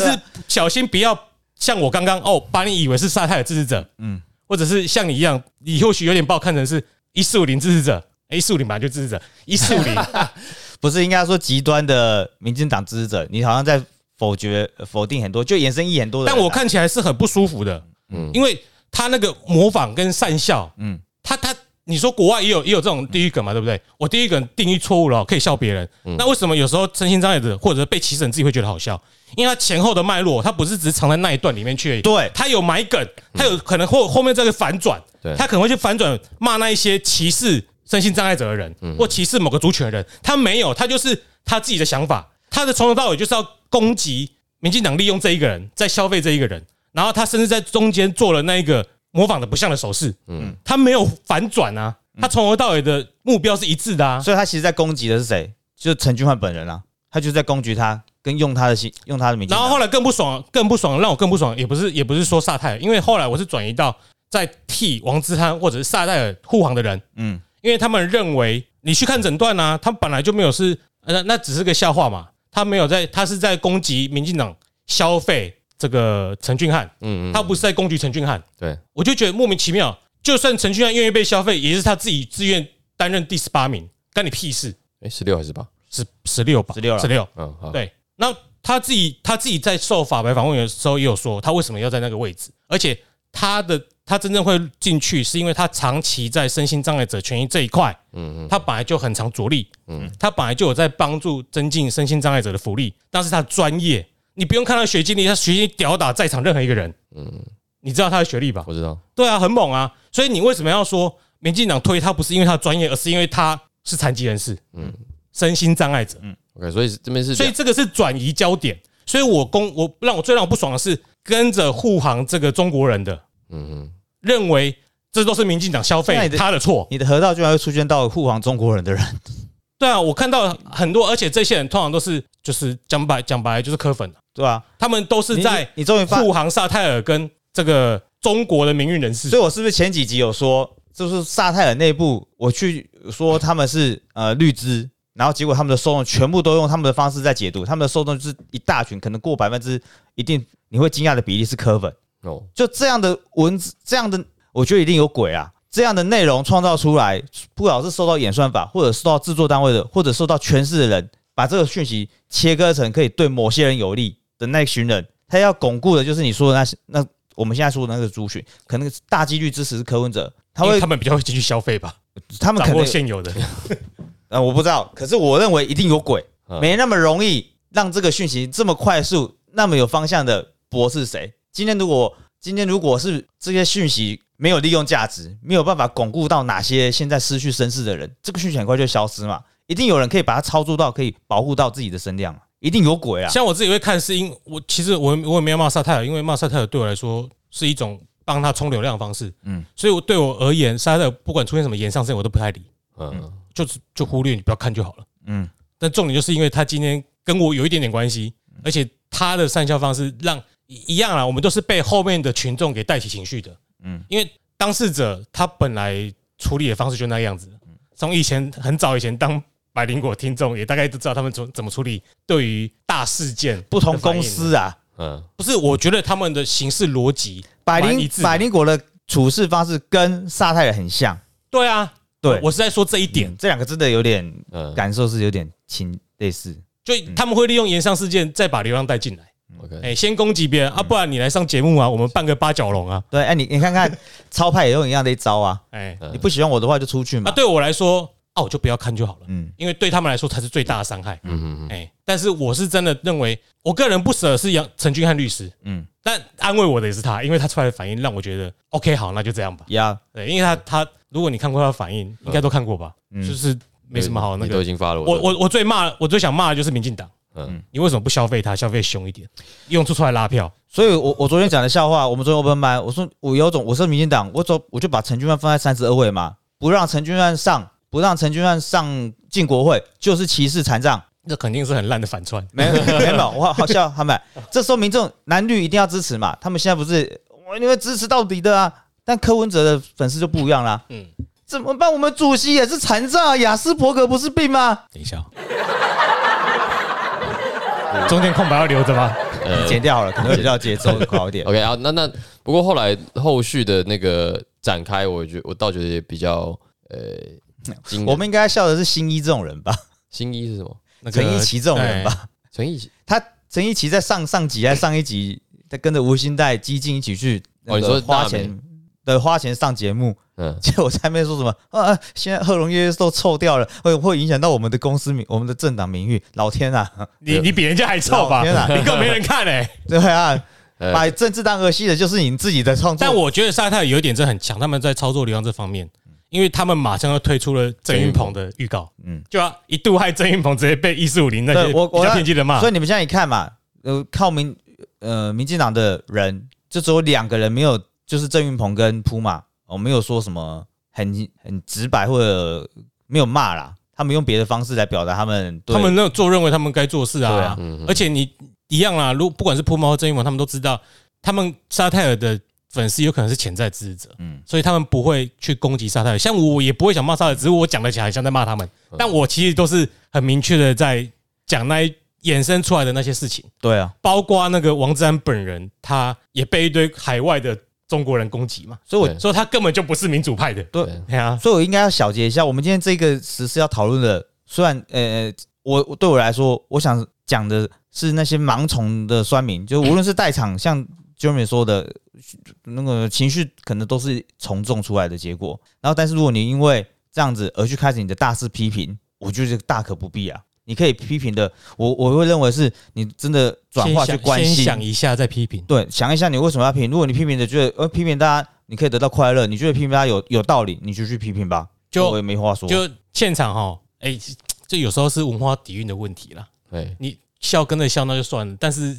A: 对
C: 是
A: 啊
C: 小心不要像我刚刚哦，把你以为是沙泰尔支持者，
A: 嗯
C: 嗯，或者是像你一样，你或许有点把我看成是一四五零支持者，哎一四五零本来就支持者，一四 <laughs> 五零，
A: 不是应该说极端的民进党支持者，你好像在否决否定很多，就衍生意很多的人啊、
C: 但我看起来是很不舒服的，嗯，因为他那个模仿跟善笑，
A: 嗯
C: 嗯，他他。你说国外也有也有这种地狱梗嘛，对不对？我地狱梗定义错误了，可以笑别人。那为什么有时候真心障碍者或者被歧视人自己会觉得好笑？因为他前后的脉络，他不是只藏在那一段里面去而已。
A: 对
C: 他有埋梗，他有可能后后面这个反转
B: 对，
C: 他可能会去反转骂那一些歧视身心障碍者的人，或歧视某个族群的人。他没有，他就是他自己的想法。他的从头到尾就是要攻击民进党，利用这一个人在消费这一个人，然后他甚至在中间做了那一个模仿的不像的手势，嗯，他没有反转啊，他从头到尾的目标是一致的啊，
A: 所以他其实在攻击的是谁？就是陈俊焕本人啊，他就在攻击他，跟用他的心，用他的名。
C: 然后后来更不爽，更不爽，让我更不爽，也不是也不是说萨泰尔，因为后来我是转移到在替王之汉或者是萨泰尔护航的人，
A: 嗯，
C: 因为他们认为你去看诊断啊，他本来就没有是呃那那只是个笑话嘛，他没有在，他是在攻击民进党消费这个陈俊翰，
B: 嗯嗯，
C: 他不是在攻击陈俊翰，
B: 对，
C: 我就觉得莫名其妙，就算陈俊翰愿意被消费，也是他自己自愿担任第十八名，干你屁事，
B: 哎，十六还是八？
C: 十十六吧，
A: 16啦
C: 十六，
B: 嗯，好，
C: 对，那他自己他自己在受法白访问的时候也有说，他为什么要在那个位置，而且他的他真正会进去，是因为他长期在身心障碍者权益这一块，
B: 嗯嗯，
C: 他本来就很常着力，
B: 嗯
C: 嗯，他本来就有在帮助增进身心障碍者的福利，但是他专业，你不用看他学经历，他学经历吊打在场任何一个人，嗯，你知道他的学历吧？
B: 我知道，
C: 对啊，很猛啊！所以你为什么要说民进党推他不是因为他的专业，而是因为他是残疾人士，
B: 嗯
C: 嗯，身心障碍者，
B: OK，所以这边是
C: 所以
B: 两，
C: 这个是转移焦点。所以我公我让我最让我不爽的是跟着护航这个中国人的，
B: 嗯嗯，
C: 认为这都是民进党消
A: 那
C: 费
A: 你的
C: 他的错。
A: 你的河道居然会出现到护航中国人的 <laughs> 人，
C: 对啊，我看到很多，而且这些人通常都是就是讲白讲白就是磕粉，啊
A: 对吧、
C: 他们都是
A: 你
C: 在
A: 你你终于发，
C: 护航萨泰尔跟这个中国的民运人士
A: 所。以我是不是前几集有说，就是萨泰尔内部我去说他们是呃绿资，然后结果他们的受众全部都用他们的方式在解读，他们的受众就是一大群，可能过百分之一定你会惊讶的比例是科粉，
B: 哦，
A: 就这样的文字，这样的我觉得一定有鬼啊！这样的内容创造出来，不管是受到演算法，或者受到制作单位的，或者受到全市的人，把这个讯息切割成可以对某些人有利的那群人，他要巩固的就是你说的那些那我们现在说的那个族群，可能大几率支持柯文哲，他
C: 因为
A: 会
C: 他们比较会进去消费吧，
A: 他们可
C: 掌握
A: 能
C: 现有的。
A: 呃我不知道，可是我认为一定有鬼，
B: 嗯
A: 没那么容易让这个讯息这么快速、那么有方向的博是谁？今天如果今天如果是这些讯息没有利用价值，没有办法巩固到哪些现在失去声势的人，这个讯息很快就消失嘛。一定有人可以把它操作到，可以保护到自己的声量嘛一定有鬼
C: <laughs>
A: 啊！
C: 像我自己会看，是因我其实我我也没有骂萨泰尔，因为骂萨泰尔对我来说是一种帮他冲流量的方式。
A: 嗯
C: 嗯，所以我对我而言，萨泰尔不管出现什么言上事情，我都不太理，
B: 嗯，
C: 就是就忽略你不要看就好了。
A: 嗯，
C: 但重点就是因为他今天跟我有一点点关系，而且他的善笑方式让一一样啦，我们都是被后面的群众给带起情绪的。
A: 嗯
C: 嗯，因为当事者他本来处理的方式就那样子，
A: 嗯
C: 从以前很早以前当百灵果听众也大概都知道他们怎怎么处理对于大事件
A: 不同
C: 的反应
A: 公司啊，
B: 嗯，
C: 不是，我觉得他们的行事逻辑，
A: 百
C: 啊蛮一
A: 灵
C: 致的
A: 百灵国的处事方式跟沙泰尔很像，
C: 对啊，
A: 对，
C: 我是在说这一点
A: 嗯，这两个真的有点
B: 嗯
A: 感受是有点亲类似，
C: 就
A: 嗯
C: 他们会利用延上事件再把流量带进来，
B: ，OK，
C: 哎，先攻击别人啊，不然你来上节目啊，我们扮个八角笼啊，
A: 对，哎、你你看看，超派也用一样的一招啊。
C: 哎，
B: 嗯
A: 你不喜欢我的话就出去
C: 啊，
A: 嘛。
C: 对我来说，啊，我就不要看就好了，
A: 嗯，
C: 因为对他们来说才是最大的伤害，
B: 嗯嗯嗯，
C: 哎，但是我是真的认为，我个人不舍是杨陈俊翰律师，
A: 嗯
C: 嗯，但安慰我的也是他，因为他出来的反应让我觉得 OK，好，那就这样吧，
A: 呀，
C: 对，因为他他如果你看过他的反应，应该都看过吧，
A: 嗯
C: 就是没什么好那
B: 你
C: 个
B: 都已经发了，
C: 我我我最骂，我最想骂的就是民进党。
B: 嗯
C: 嗯，你为什么不消费它？消费凶一点，用出出来拉票。
A: 所以我我昨天讲的笑话，我们昨天 open 麦，我说我有种，我是民进党，我走我就把陈俊万放在三十二位嘛，不让陈俊万上，不让陈俊万上进国会，就是歧视残障。
C: 这肯定是很烂的反串。
A: 没有 <laughs> 没有，我好笑他们。这时候民众蓝绿一定要支持嘛，他们现在不是我你们支持到底的啊。但柯文哲的粉丝就不一样啦，嗯
C: 嗯，
A: 怎么办？我们主席也是残障啊，雅斯伯格不是病吗？
C: 等一下，中间空白要留着吗？
A: 剪掉好了，可能会比较节
B: <laughs>
A: 奏好一点。
B: OK 啊，那那不过后来后续的那个展开，我觉我倒觉得也比较呃，惊人
A: 我们应该笑的是新一这种人吧，
B: 新一是什么？
C: 那个
A: 陈一奇这种人吧。
B: 陈奕迅
A: 他陈一奇在上上集还是上一集，他跟着吴昕带激进一起去那
B: 哦你
A: 个
B: 说
A: 花
B: 娜美
A: 钱对花钱上节目，
B: 嗯，
A: 结果在那边说什么啊，啊现在贺龙业都臭掉了，会会影响到我们的公司名、我们的政党名誉。老天啊， <laughs>
C: 对，你你比人家还臭吧？
A: 老天啊
C: 你更没人看
A: <laughs>
C: 哎。
A: 对啊，
B: 呃
A: 把政治当儿戏的就是你自己的创作。
C: 但我觉得沙泰有一点真的很强，他们在操作流量这方面，因为他们马上要推出了郑云鹏的预告，
A: 嗯
C: 嗯，就要一度害郑云鹏直接被一四五零那
A: 对
C: 些
A: 我
C: 比
A: 我
C: 较偏激的骂
A: 所，以你们现在一看嘛，呃，靠民呃民进党的人就只有两个人没有，就是郑运鹏跟普马，我、没有说什么很很直白或者没有骂啦，他们用别的方式来表达他们对
C: 他们那做认为他们该做事
A: 对
C: 啊
A: 啊，
B: 嗯
C: 而且你一样啊，如不管是扑猫或郑云鹏，他们都知道，他们沙泰尔的粉丝有可能是潜在支持者，
A: 嗯
C: 所以他们不会去攻击沙特尔，像我也不会想骂沙特尔，只是我讲得起来很像在骂他们，
A: 嗯
C: 但我其实都是很明确的在讲那一衍生出来的那些事情，
A: 对啊，
C: 包括那个王志安本人，他也被一堆海外的中国人攻击嘛，
A: 所以我
B: 对
C: 所以他根本就不是民主派的，
A: 对
B: 对
C: 对啊，
A: 所以我应该要小结一下，我们今天这个实事要讨论的，虽然呃，我我对我来说，我想讲的是那些盲从的酸民，就无论是代场，像 Jeremy 说的，那个情绪可能都是从众出来的结果。然后，但是如果你因为这样子而去开始你的大肆批评，我觉得这个大可不必啊。你可以批评的，我我会认为是你真的转化去
C: 先想
A: 关
C: 先
A: 心，
C: 想一下再批评，
A: 对，想一下你为什么要批评。如果你批评的觉得呃批评大家，你可以得到快乐，你觉得批评大家有有道理，你就去批评吧。
C: 就
A: 我也没话说。
C: 就现场哈，哎，这有时候是文化底蕴的问题啦。
B: 对，
C: 你笑跟着笑那就算了，但是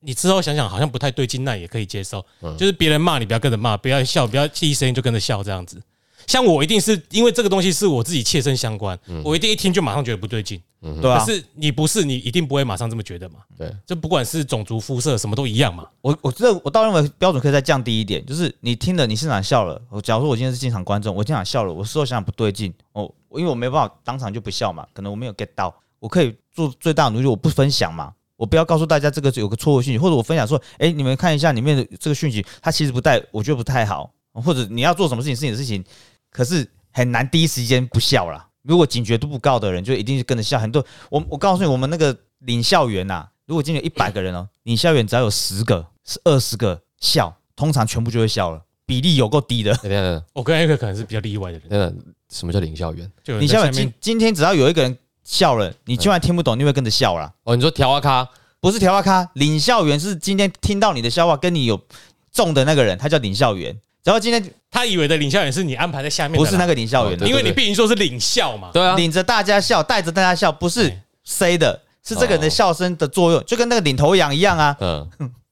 C: 你之后想想好像不太对劲，那也可以接受。
B: 嗯
C: 就是别人骂你不要跟着骂，不要笑，不要第一声音就跟着笑这样子。像我一定是因为这个东西是我自己切身相关，我一定一听就马上觉得不对劲。
B: 嗯
A: 对啊
C: 可，是你不是，你一定不会马上这么觉得嘛？
B: 对，
C: 就不管是种族肤色什么都一样嘛。
A: 我我这我倒认为标准可以再降低一点，就是你听了你现场笑了，我假如说我今天是现场观众，我现场笑了，我事后想想不对劲，哦，因为我没办法当场就不笑嘛，可能我没有 get 到，我可以做最大的努力，我不分享嘛，我不要告诉大家这个有个错误讯息，或者我分享说，哎、你们看一下里面的这个讯息，它其实不带，我觉得不太好，或者你要做什么事情是你的事情，可是很难第一时间不笑啦。如果警觉度不高的人，就一定是跟着笑。很多我我告诉你，我们那个领校园呐、啊如果今天有一百个人哦，领校园只要有十个、是二十个笑，通常全部就会笑了，比例有够低的。
B: 哎等一下等一下
C: 我跟艾克可能是比较例外的人，
B: 等一下，什么叫领校园？
C: 就有
A: 你
C: 人在
A: 校
C: 下
A: 园
C: 面
A: 今今天只要有一个人笑了，你就算听不懂，你会跟着笑啦。
B: 哦，你说调啊咖，
A: 不是调话咖，领校园是今天听到你的笑话跟你有中的那个人，他叫领校园。然后今天
C: 他以为的领笑员是你安排在下面的
A: 不
C: 啦，
A: 是那啊个领校园的
B: 哦，
C: 因为你
B: 对对对
C: 毕竟说是领笑嘛。
B: 对啊，
A: 领着大家笑，带着大家笑，不是
C: 对哦
A: 谁的，是这个人的笑声的作用，就跟那个领头羊一样啊。
B: 嗯，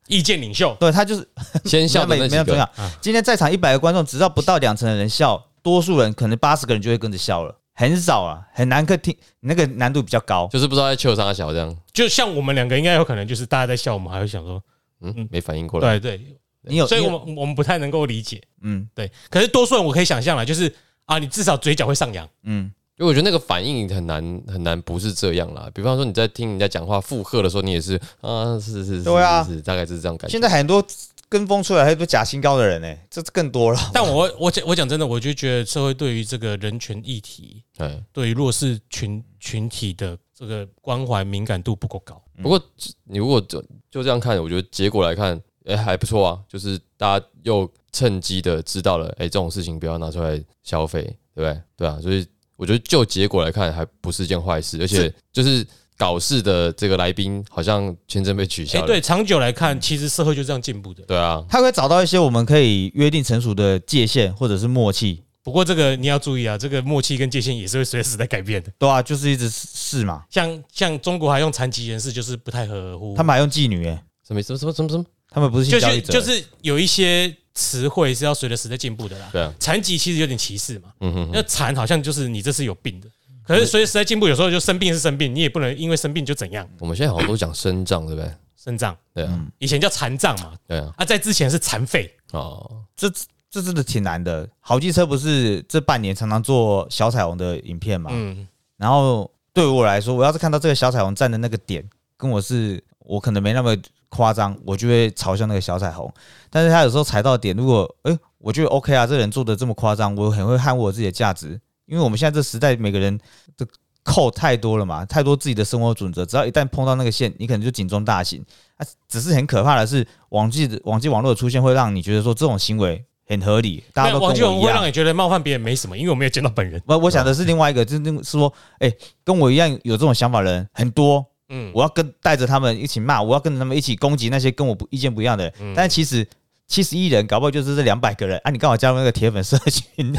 C: 意见领袖，
A: 对他就是
B: 先笑的
A: 没
B: 那
A: 有没
B: 几
A: 有重
B: 个，
A: 要。
C: 啊
A: 今天在场一百个观众，只要不到两成的人笑，多数人可能八十个人就会跟着笑了，很少啊，很难可听，那个难度比较高。
B: 就是不知道在求啥小这样，
C: 就像我们两个应该有可能就是大家在笑，我们还会想说，
B: 嗯，没反应过来，
C: 对对，
A: 你有，
C: 所以
A: 你
C: 我
A: 有
C: 们我们不太能够理解，
A: 嗯
C: 对。可是多数人我可以想象了，就是啊，你至少嘴角会上扬，
A: 嗯，
B: 因为我觉得那个反应很难很难不是这样啦。比方说你在听人家讲话附和的时候，你也是啊，是是是，
A: 对啊
B: 是是大概就是这样感觉。
A: 现在很多跟风出来还有假新高的人呢、这更多了。
C: 但我我讲我讲真的，我就觉得社会对于这个人权议题，
B: 哎，
C: 对于弱势群群体的这个关怀敏感度不够高。
B: 不过你如果就就这样看，我觉得结果来看，哎、还不错啊，就是大家又趁机的知道了，哎、这种事情不要拿出来消费，对不对？对啊，所以我觉得就结果来看，还不是一件坏事，而且就是搞事的这个来宾好像签证被取消
C: 哎，
B: 了，
C: 对，长久来看，其实社会就这样进步的。
B: 对啊，
A: 他会找到一些我们可以约定成熟的界限或者是默契，
C: 不过这个你要注意啊，这个默契跟界限也是会随着时代改变的。
A: 对啊，就是一直试嘛。
C: 像像中国还用残疾人士就是不太合乎，
A: 他们还用妓女、欸，
B: 什么什么什么什么什么，
A: 他们不是性
C: 就
A: 交易
C: 是
A: 者、
C: 就是有一些词汇是要随着时代进步的啦。
B: 对啊，
C: 残疾其实有点歧视嘛，
B: 嗯哼哼，
C: 那残好像就是你这是有病的。可是随着时代进步，有时候就生病是生病，你也不能因为生病就怎样
B: 我们现在好像都讲生障，对不对？
C: 生障。
B: 对啊，
C: 以前叫残障嘛，
B: 对啊，
C: 啊，在之前是残废，
B: 哦，
A: 这这真的挺难的。好机车不是这半年常常做小彩虹的影片嘛？
C: 嗯，
A: 然后对我来说，我要是看到这个小彩虹站的那个点，跟我是我可能没那么夸张，我就会嘲笑那个小彩虹。但是他有时候踩到点，如果哎、诶我觉得 OK 啊，这个人做的这么夸张，我很会捍卫我自己的价值，因为我们现在这时代每个人的扣太多了嘛，太多自己的生活准则，只要一旦碰到那个线，你可能就警钟大醒。啊，只是很可怕的是，网际的网际网络的出现会让你觉得说这种行为很合理，大家都
C: 那
A: 跟
C: 王
A: 我
C: 继红
A: 一
C: 会
A: 样
C: 让。你觉得冒犯别人没什么，因为我没有见到本人。
A: 我我想的是另外一个，就是那个是说，哎、跟我一样有这种想法的人很多，
C: 嗯，
A: 我要跟带着他们一起骂，我要跟着他们一起攻击那些跟我不意见不一样的人。但其实七十亿人，搞不好就是这两百个人啊！你刚好加入那个铁粉社群， <laughs>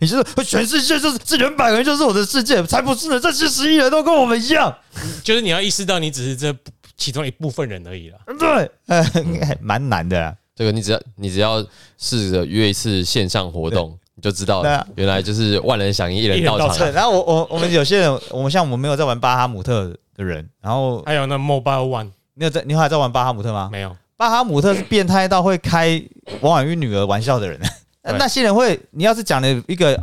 A: 你就是全世界就是这两百个人就是我的世界，才不是呢！这七十亿人都跟我们一样，
C: 就是你要意识到你只是这其中一部分人而已啦。
A: 对，呃， <laughs> 蛮难的啊。
B: 这个你只要你只要试着约一次线上活动，你就知道
A: 对啊
B: 原来就是万人响应，一人到
C: 一人到
B: 场啊
C: 场。
A: 对，然后我我我们有些人，我们像我们没有在玩巴哈姆特的人，然后
C: 还有那 Mobile One
A: 你有在你还在玩巴哈姆特吗？
C: 没有，啊
A: 巴哈姆特是变态到会开王婉玉女儿玩笑的人，那
C: 对
A: <laughs> 那些人会，你要是讲了一个，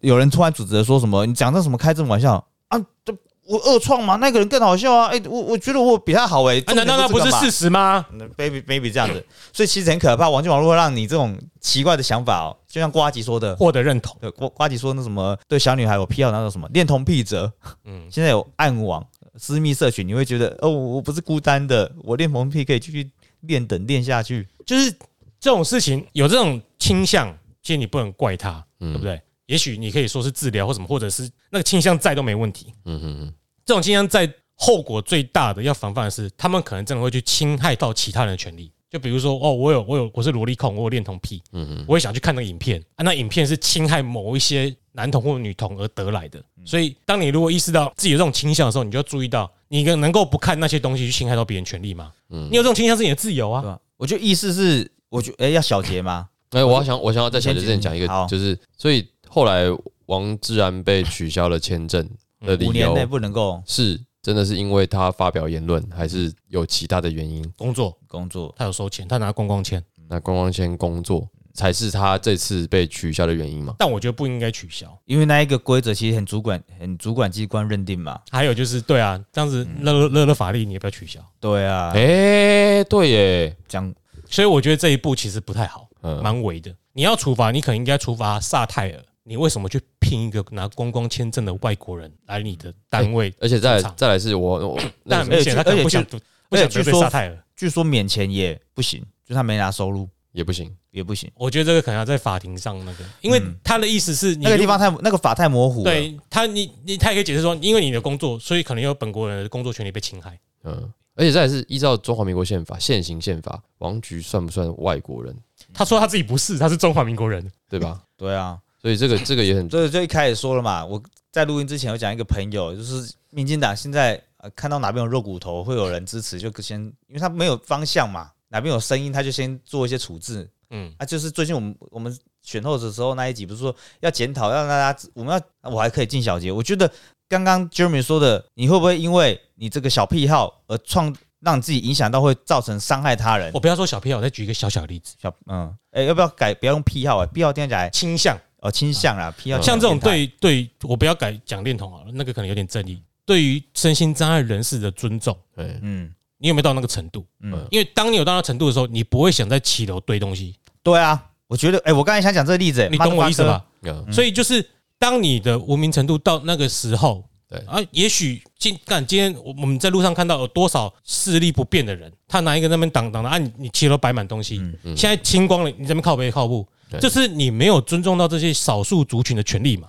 A: 有人突然指责说什么，你讲这什么开这种玩笑啊？这我恶创吗？那个人更好笑啊！哎、我我觉得我比他好哎、
C: 啊，难道那不是事实吗？
A: ？baby baby 这样子，所以其实很可怕。网际网络会让你这种奇怪的想法哦，就像瓜吉说的，
C: 获得认同，
A: 对瓜瓜吉说那什么对小女孩有癖好，那叫什么恋童癖 <laughs> 者。
B: 嗯，
A: 现在有暗网、私密社群，你会觉得哦，我我不是孤单的，我恋童癖可以继续练等练下去。
C: 就是这种事情有这种倾向，其实你不能怪他，
B: 嗯
C: 对不对？也许你可以说是治疗或什么，或者是那个倾向在都没问题。
B: 嗯嗯嗯，
C: 这种倾向在后果最大的要防范的是，他们可能真的会去侵害到其他人的权利。就比如说，哦，我有我有我是萝莉控，我有恋童癖，
B: 嗯嗯
C: 我也想去看那个影片啊。那影片是侵害某一些男童或女童而得来的，
B: 嗯
C: 所以当你如果意识到自己有这种倾向的时候，你就要注意到，你能能够不看那些东西去侵害到别人权利吗？
B: 嗯
C: 你有这种倾向是你的自由
A: 对
C: 啊。
A: 吧？我觉得意思是，我觉哎、要小结吗？
B: 哎，我要想我想要在小杰之前讲一
A: 好
B: 个，就是所以后来王志安被取消了签证的
A: <laughs>
B: 理
A: 五年
B: 由
A: 内不能够
B: 是真的是因为他发表言论，还是有其他的原因？
C: 工作
A: 工作，
C: 他有收钱，他拿观光签，
B: 那观光签工作才是他这次被取消的原因嘛？
C: 但我觉得不应该取消。
A: 因为那一个规则其实很主管很主管机关认定嘛。
C: 还有就是，对啊，这样
B: 嗯
C: 子勒勒勒法力你也不要取消。
A: 对啊，
B: 哎，对耶，
A: 讲
C: 所以我觉得这一步其实不太好，
B: 嗯
C: 蛮违的。你要处罚，你可能应该处罚萨泰尔。你为什么去聘一个拿观光签证的外国人来你的单位？
B: 而且再来
C: 正常
B: 再来是我我那
C: 但
B: 个时候
C: 很明显，他可能不
A: 而且
C: 想
A: 而
C: 不想得
A: 据
C: 罪
A: 说
C: 萨泰尔。
A: 据说免钱也不行，就他没拿收入
B: 也不行，
A: 也不行。
C: 我觉得这个可能要在法庭上那个，因为他的意思是
A: 嗯
C: 你
A: 那个地方太那个法太模糊了，
C: 对他，你你他也可以解释说，因为你的工作，所以可能有本国人的工作权利被侵害。
B: 嗯，而且再来是依照中华民国宪法现行宪法，王菊算不算外国人？
C: 他说他自己不是，他是中华民国人。
B: 对吧？
A: 对啊，
B: 所以这个这个也很
A: 所以就一开始说了嘛，我在录音之前有讲一个朋友，就是民进党现在、呃、看到哪边有肉骨头会有人支持，就先因为他没有方向嘛，哪边有声音他就先做一些处置，
C: 嗯，
A: 啊，就是最近我们我们选后的时候那一集，不是说要检讨，要让大家我们要我还可以进小节。我觉得刚刚 Jeremy 说的，你会不会因为你这个小癖好而创让自己影响到会造成伤害他人
C: 我？不要说小屁孩，我再举一个小小的例子，
A: 小嗯，哎、要不要改？不要用癖好啊，癖好听起来
C: 倾向。
A: 哦倾向啦，癖好
C: 嗯像这种
A: 变态
C: 对对，我不要改讲恋童好了，那个可能有点争议。对于身心障碍人士的尊重，
B: 哎
A: 嗯
C: 你有没有到那个程度？
A: 嗯，
C: 因为当你有到那个程度的时候，你不会想在骑楼堆东西，
A: 对啊，我觉得哎、我刚才想讲这个例子、
C: 你懂我意思
A: 吗？
C: 吧？
B: 嗯
C: 所以就是当你的无名程度到那个时候，
B: 对
C: 啊，也许今干今天我我们在路上看到有多少视力不便的人，他拿一个那边挡挡的，啊，你你骑楼摆满东西，嗯现在清光了，你这边靠背靠步
B: 嗯对，
C: 就是你没有尊重到这些少数族群的权利嘛。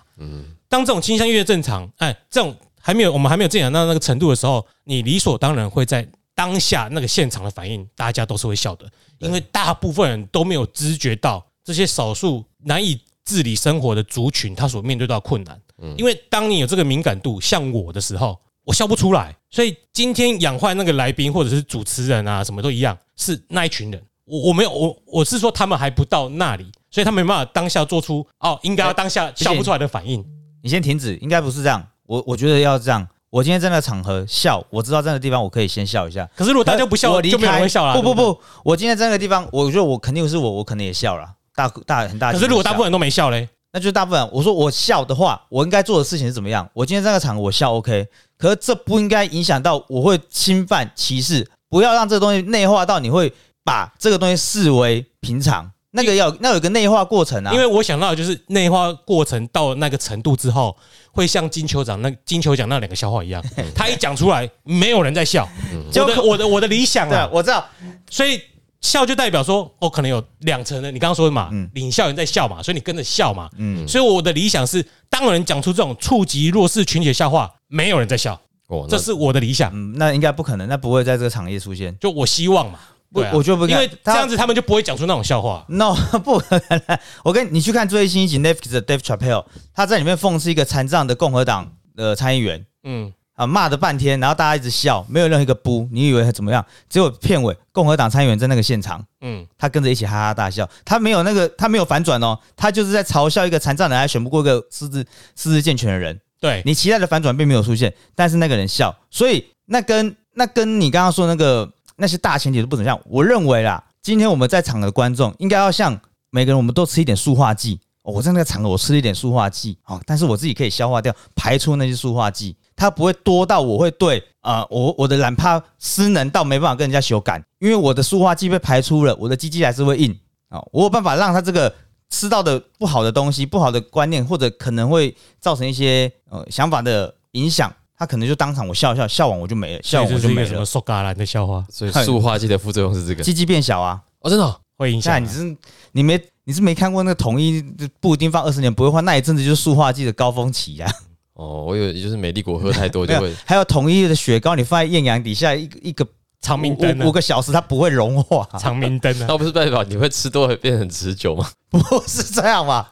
C: 当这种倾向越正常，哎，这种还没有我们还没有正常到那个程度的时候，你理所当然会在。当下那个现场的反应，大家都是会笑的，因为大部分人都没有知觉到这些少数难以自理生活的族群他所面对到的困难。因为当你有这个敏感度，像我的时候，我笑不出来。所以今天养坏那个来宾或者是主持人啊，什么都一样，是那一群人。我我没有我我是说他们还不到那里，所以他们没办法当下做出哦应该要当下笑不出来的反应。
A: 你先停止，应该不是这样。我我觉得要这样。我今天在那个场合笑，我知道在那个地方我可以先笑一下。
C: 可是如果大家不笑，
A: 我离
C: 就没有人
A: 开
C: 会笑了。
A: 不不
C: 对对，
A: 不，我今天在那个地方，我觉得我肯定是我，我可能也笑了，大大很大。
C: 可是如果大部分，人都没笑嘞，
A: 那就是大部分。我说我笑的话，我应该做的事情是怎么样？我今天在那个场合我笑 OK，可是这不应该影响到我会侵犯歧视，不要让这个东西内化到你会把这个东西视为平常。那个要那有个内化过程啊，
C: 因为我想到的就是内化过程到那个程度之后，会像金球奖那金球奖那两个笑
A: <laughs>
C: 话一样，他一讲出来，没有人在笑。
A: 就
C: 我的我的我的理想
A: 对
C: 啊
A: 啊，，我知道，
C: 所以笑就代表说，哦，可能有两层的，你刚刚说的嘛，
A: 嗯
C: 领笑人在笑嘛，所以你跟着笑嘛。
A: 嗯，
C: 所以我的理想是，当有人讲出这种触及弱势群体的笑话，没有人在笑，
B: 哦，那
C: 这是我的理想，
A: 嗯嗯，那应该不可能，那不会在这个场业出现。
C: 就我希望嘛。
A: 不
C: 对啊，
A: 我觉得不应
C: 因
A: 该
C: 为这
A: 他
C: 样子他们就不会讲出那种笑话。
A: No，不 <laughs> 可能！我跟你你去看最新一集 Netflix 的 Dave Chappelle，他在里面讽刺一个残障的共和党呃参议员
C: 嗯，
A: 啊，骂了半天，然后大家一直笑，没有任何一个不，你以为怎么样？结果片尾共和党参议员在那个现场，
C: 嗯，
A: 他跟着一起哈哈大笑，他没有那个他没有反转哦，他就是在嘲笑一个残障人还选不过一个四肢四肢健全的人。
C: 对，
A: 你期待的反转并没有出现，但是那个人笑，所以那跟那跟你刚刚说那个那些大前提都不怎么样。我认为啦，今天我们在场的观众应该要像每个人，我们都吃一点塑化剂。哦我在那个场合我吃了一点塑化剂，哦，但是我自己可以消化掉，排出那些塑化剂，它不会多到我会对啊、呃我我的懒怕失能到没办法跟人家修改，因为我的塑化剂被排出了，我的鸡鸡还是会硬啊、哦我有办法让它这个吃到的不好的东西、不好的观念，或者可能会造成一些呃想法的影响，他可能就当场我笑一笑，笑完我就没了，笑
C: 所
A: 完
C: 以这
A: 我就是
C: 一
A: 没
C: 个什么
A: 了，
C: 瘦嘎兰的笑话，
B: 所以塑化剂的副作用是这个
A: 鸡鸡变小啊。
B: 哦，真的哦
C: 会影
A: 现在
C: 响
A: 你
C: 啊。
A: 是你没你是没看过那个统一布丁放二十年不会换，那一阵子就是塑化剂的高峰期呀、啊。
B: 哦，我以为就是美丽果
A: <laughs>
B: 喝太多
A: 没
B: 就
A: 有
B: 会，
A: 还有统一的雪糕，你放在艳阳底下一个一个
C: 长明灯啊
A: 五五个小时，它不会融化， <laughs>
C: 长明灯啊，
B: 那不是代表你会吃多会变成持
A: <laughs>
B: 久吗？
A: 不是这样吧？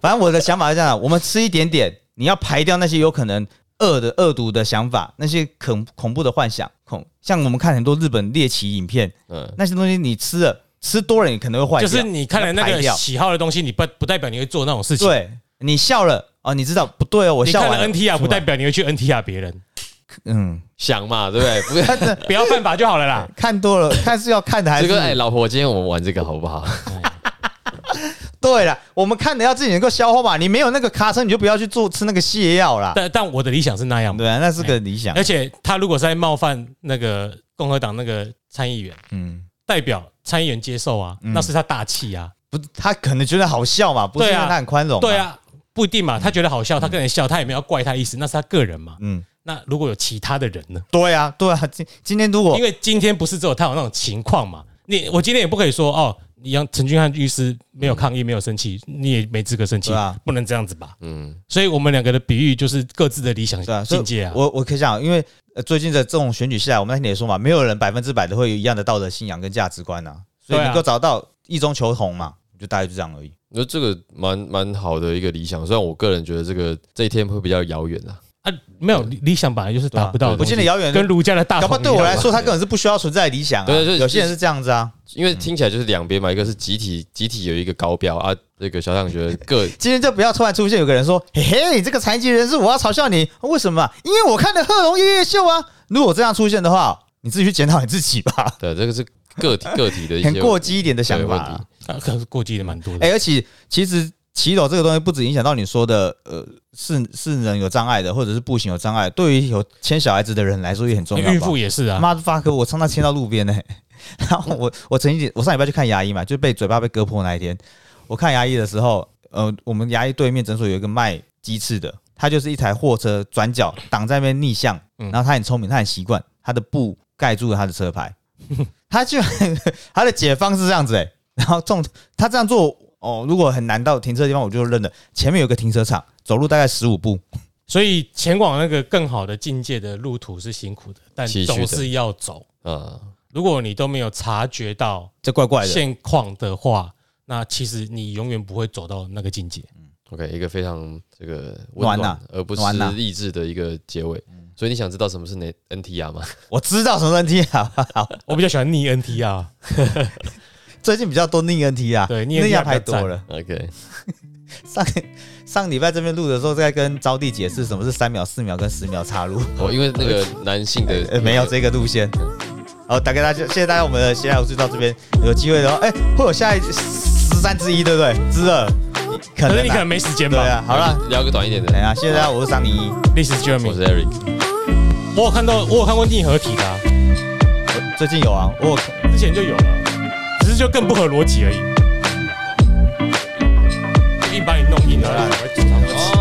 A: 反正我的想法是这样，我们吃一点点，你要排掉那些有可能恶的恶毒的想法，那些恐恐怖的幻想，恐像我们看很多日本猎奇影片，
B: 嗯，
A: 那些东西你吃了吃多了，你可能会坏
C: <laughs> 就
A: 掉，
C: 是你看了那
A: 要排
C: 个
A: 掉
C: 喜好的东西，你不不代表你会做那种事情。
A: 对你笑了哦，你知道不对哦，我
C: 你
A: 笑
C: 看
A: 完
C: 了 NTR 不代
A: 表
C: 表你会去 NTR 别人，
A: 嗯，
B: 想嘛，对不
A: <laughs>
B: 对？不是
C: 不要犯法就好了啦。
A: 看多了， <laughs> 看是要看的还
B: 这
A: 是
B: 个哎，老婆，今天我们玩这个好
A: <laughs>
B: 不好？
A: 对了，我们看的要自己能够消化吧，你没有那个咔声，你就不要去做吃那个泻药啦。
C: 但但我的理想是那样嘛，
A: 对啊，那是个理想
C: 而，且他如果是在冒犯那个共和党那个参议员，
A: 嗯，
C: 代表参议员接受啊，那是他大气啊，
A: 不，他可能觉得好笑嘛，不是因
C: 对
A: 为
C: 啊
A: 他很宽容，
C: 对，啊，不一定嘛，他觉得好笑，他跟人笑，他也没有要怪他意思，那是他个人嘛。
A: 嗯。
C: 那如果有其他的人呢？
A: 对啊，对啊，今今天如果
C: 因为今天不是只有他有那种情况嘛，你我今天也不可以说哦，你让陈俊翰律师没有抗议，没有生气，你也没资格生气
A: 对啊，
C: 不能这样子吧？
B: 嗯，
C: 所以我们两个的比喻就是各自的理想
A: 对啊，所以
C: 境界啊。
A: 我我可以讲，因为呃最近的这种选举下来，我们那天也说嘛，没有人百分之百的会有一样的道德信仰跟价值观呐、所以
C: 对啊
A: 能够找到意中求同嘛，就大概就这样而已。
B: 我觉得这个蛮蛮好的一个理想，虽然我个人觉得这个这一天会比较遥远啊。
C: 啊，没有理理想本来就是达不到的
A: 不
C: 东西，
A: 啊见得遥远，
C: 跟儒家的大
A: 搞不好
C: 啊同
A: 对
C: 一样
A: 我
C: 嘛
A: 来说，它根本是不需要存在的理想、啊。
B: 对就是
A: 有些人是这样子啊。
B: 因为听起来就是两
A: 嗯
B: 边嘛，一个是集体集体有一个高标啊，这个小想觉得个，
A: 今天就不要突然出现有个人说：“嘿嘿，你这个残疾人士，我要嘲笑你，为什么、啊？因为我看了《贺龙夜夜秀》啊。”如果这样出现的话，你自己去检讨你自己吧
B: 对，呃这个是
A: <laughs>
B: 个体个体的一些
A: 很过激一点的想
B: 对
A: 法
B: 问
A: 啊、
B: 题。
C: 啊可是过激的蛮多的。
A: 哎、而且其实骑楼这个东西不止影响到你说的呃是是人有障碍的，或者是步行有障碍，对于有牵小孩子的人来说也很重要吧。
C: 孕妇也是啊，
A: 妈的 fuck！我常常牵到路边呢、 <laughs> 然后我我曾经我上礼拜去看牙医嘛，就被嘴巴被割破那一天，我看牙医的时候，呃，我们牙医对面诊所有一个卖鸡翅的，他就是一台货车转角挡在那边逆向，然后他很聪明，他很习惯，他的布盖住了他的车牌，他就他的解放是这样子哎、然后中他这样做哦，如果很难到停车的地方，我就认了，前面有个停车场，走路大概十五步，
C: 所以前往那个更好的境界的路途是辛苦的，但
B: 崎岖的
C: 总是要走。
B: 啊，
C: 如果你都没有察觉到
A: 这怪怪的。
C: 现况的话，那其实你永远不会走到那个境界。
B: OK，一个非常这个
A: 暖
B: 温
A: 呐
B: 而不是
A: 暖啊嗯呐
B: 励志的一个结尾。所以你想知道什么是 N NTR
A: <laughs>
B: 吗？
A: 我知道什么问题啊。
C: 我比较喜欢逆 NT 啊，
A: 最近比较多逆 NT 啊，
C: 对逆 NT
A: 逆 NT
C: 比较
A: 排多
C: 赞
A: 了。
B: OK，
A: 上上礼拜这边录的时候，在跟招娣解释什么是三秒、四秒跟十秒插入， <laughs>
B: 我、哦因为那个男性的、
A: 呃，哎没有这个路线。好，大概大家，谢谢大家，我们的闲聊就到这边。有机会的话，哎、会有下一十三之一，对不对？之二，可
C: 可
A: 能、啊、
C: 是你可能没时间
A: 对
C: 吧。
A: 啊。好了，
B: 聊个短一点
A: 等一
B: 的。
A: 下，谢谢大家，我是桑尼，
C: This is
B: 我是
C: Jeremy，
B: Eric，
C: 我有看到，我有看过逆合体的、啊，
A: 我最近有啊，我有
C: 之前就有了，只是就更不合逻辑而已，就硬把你弄硬了啦。我会吐槽不起
A: 啊
C: 啊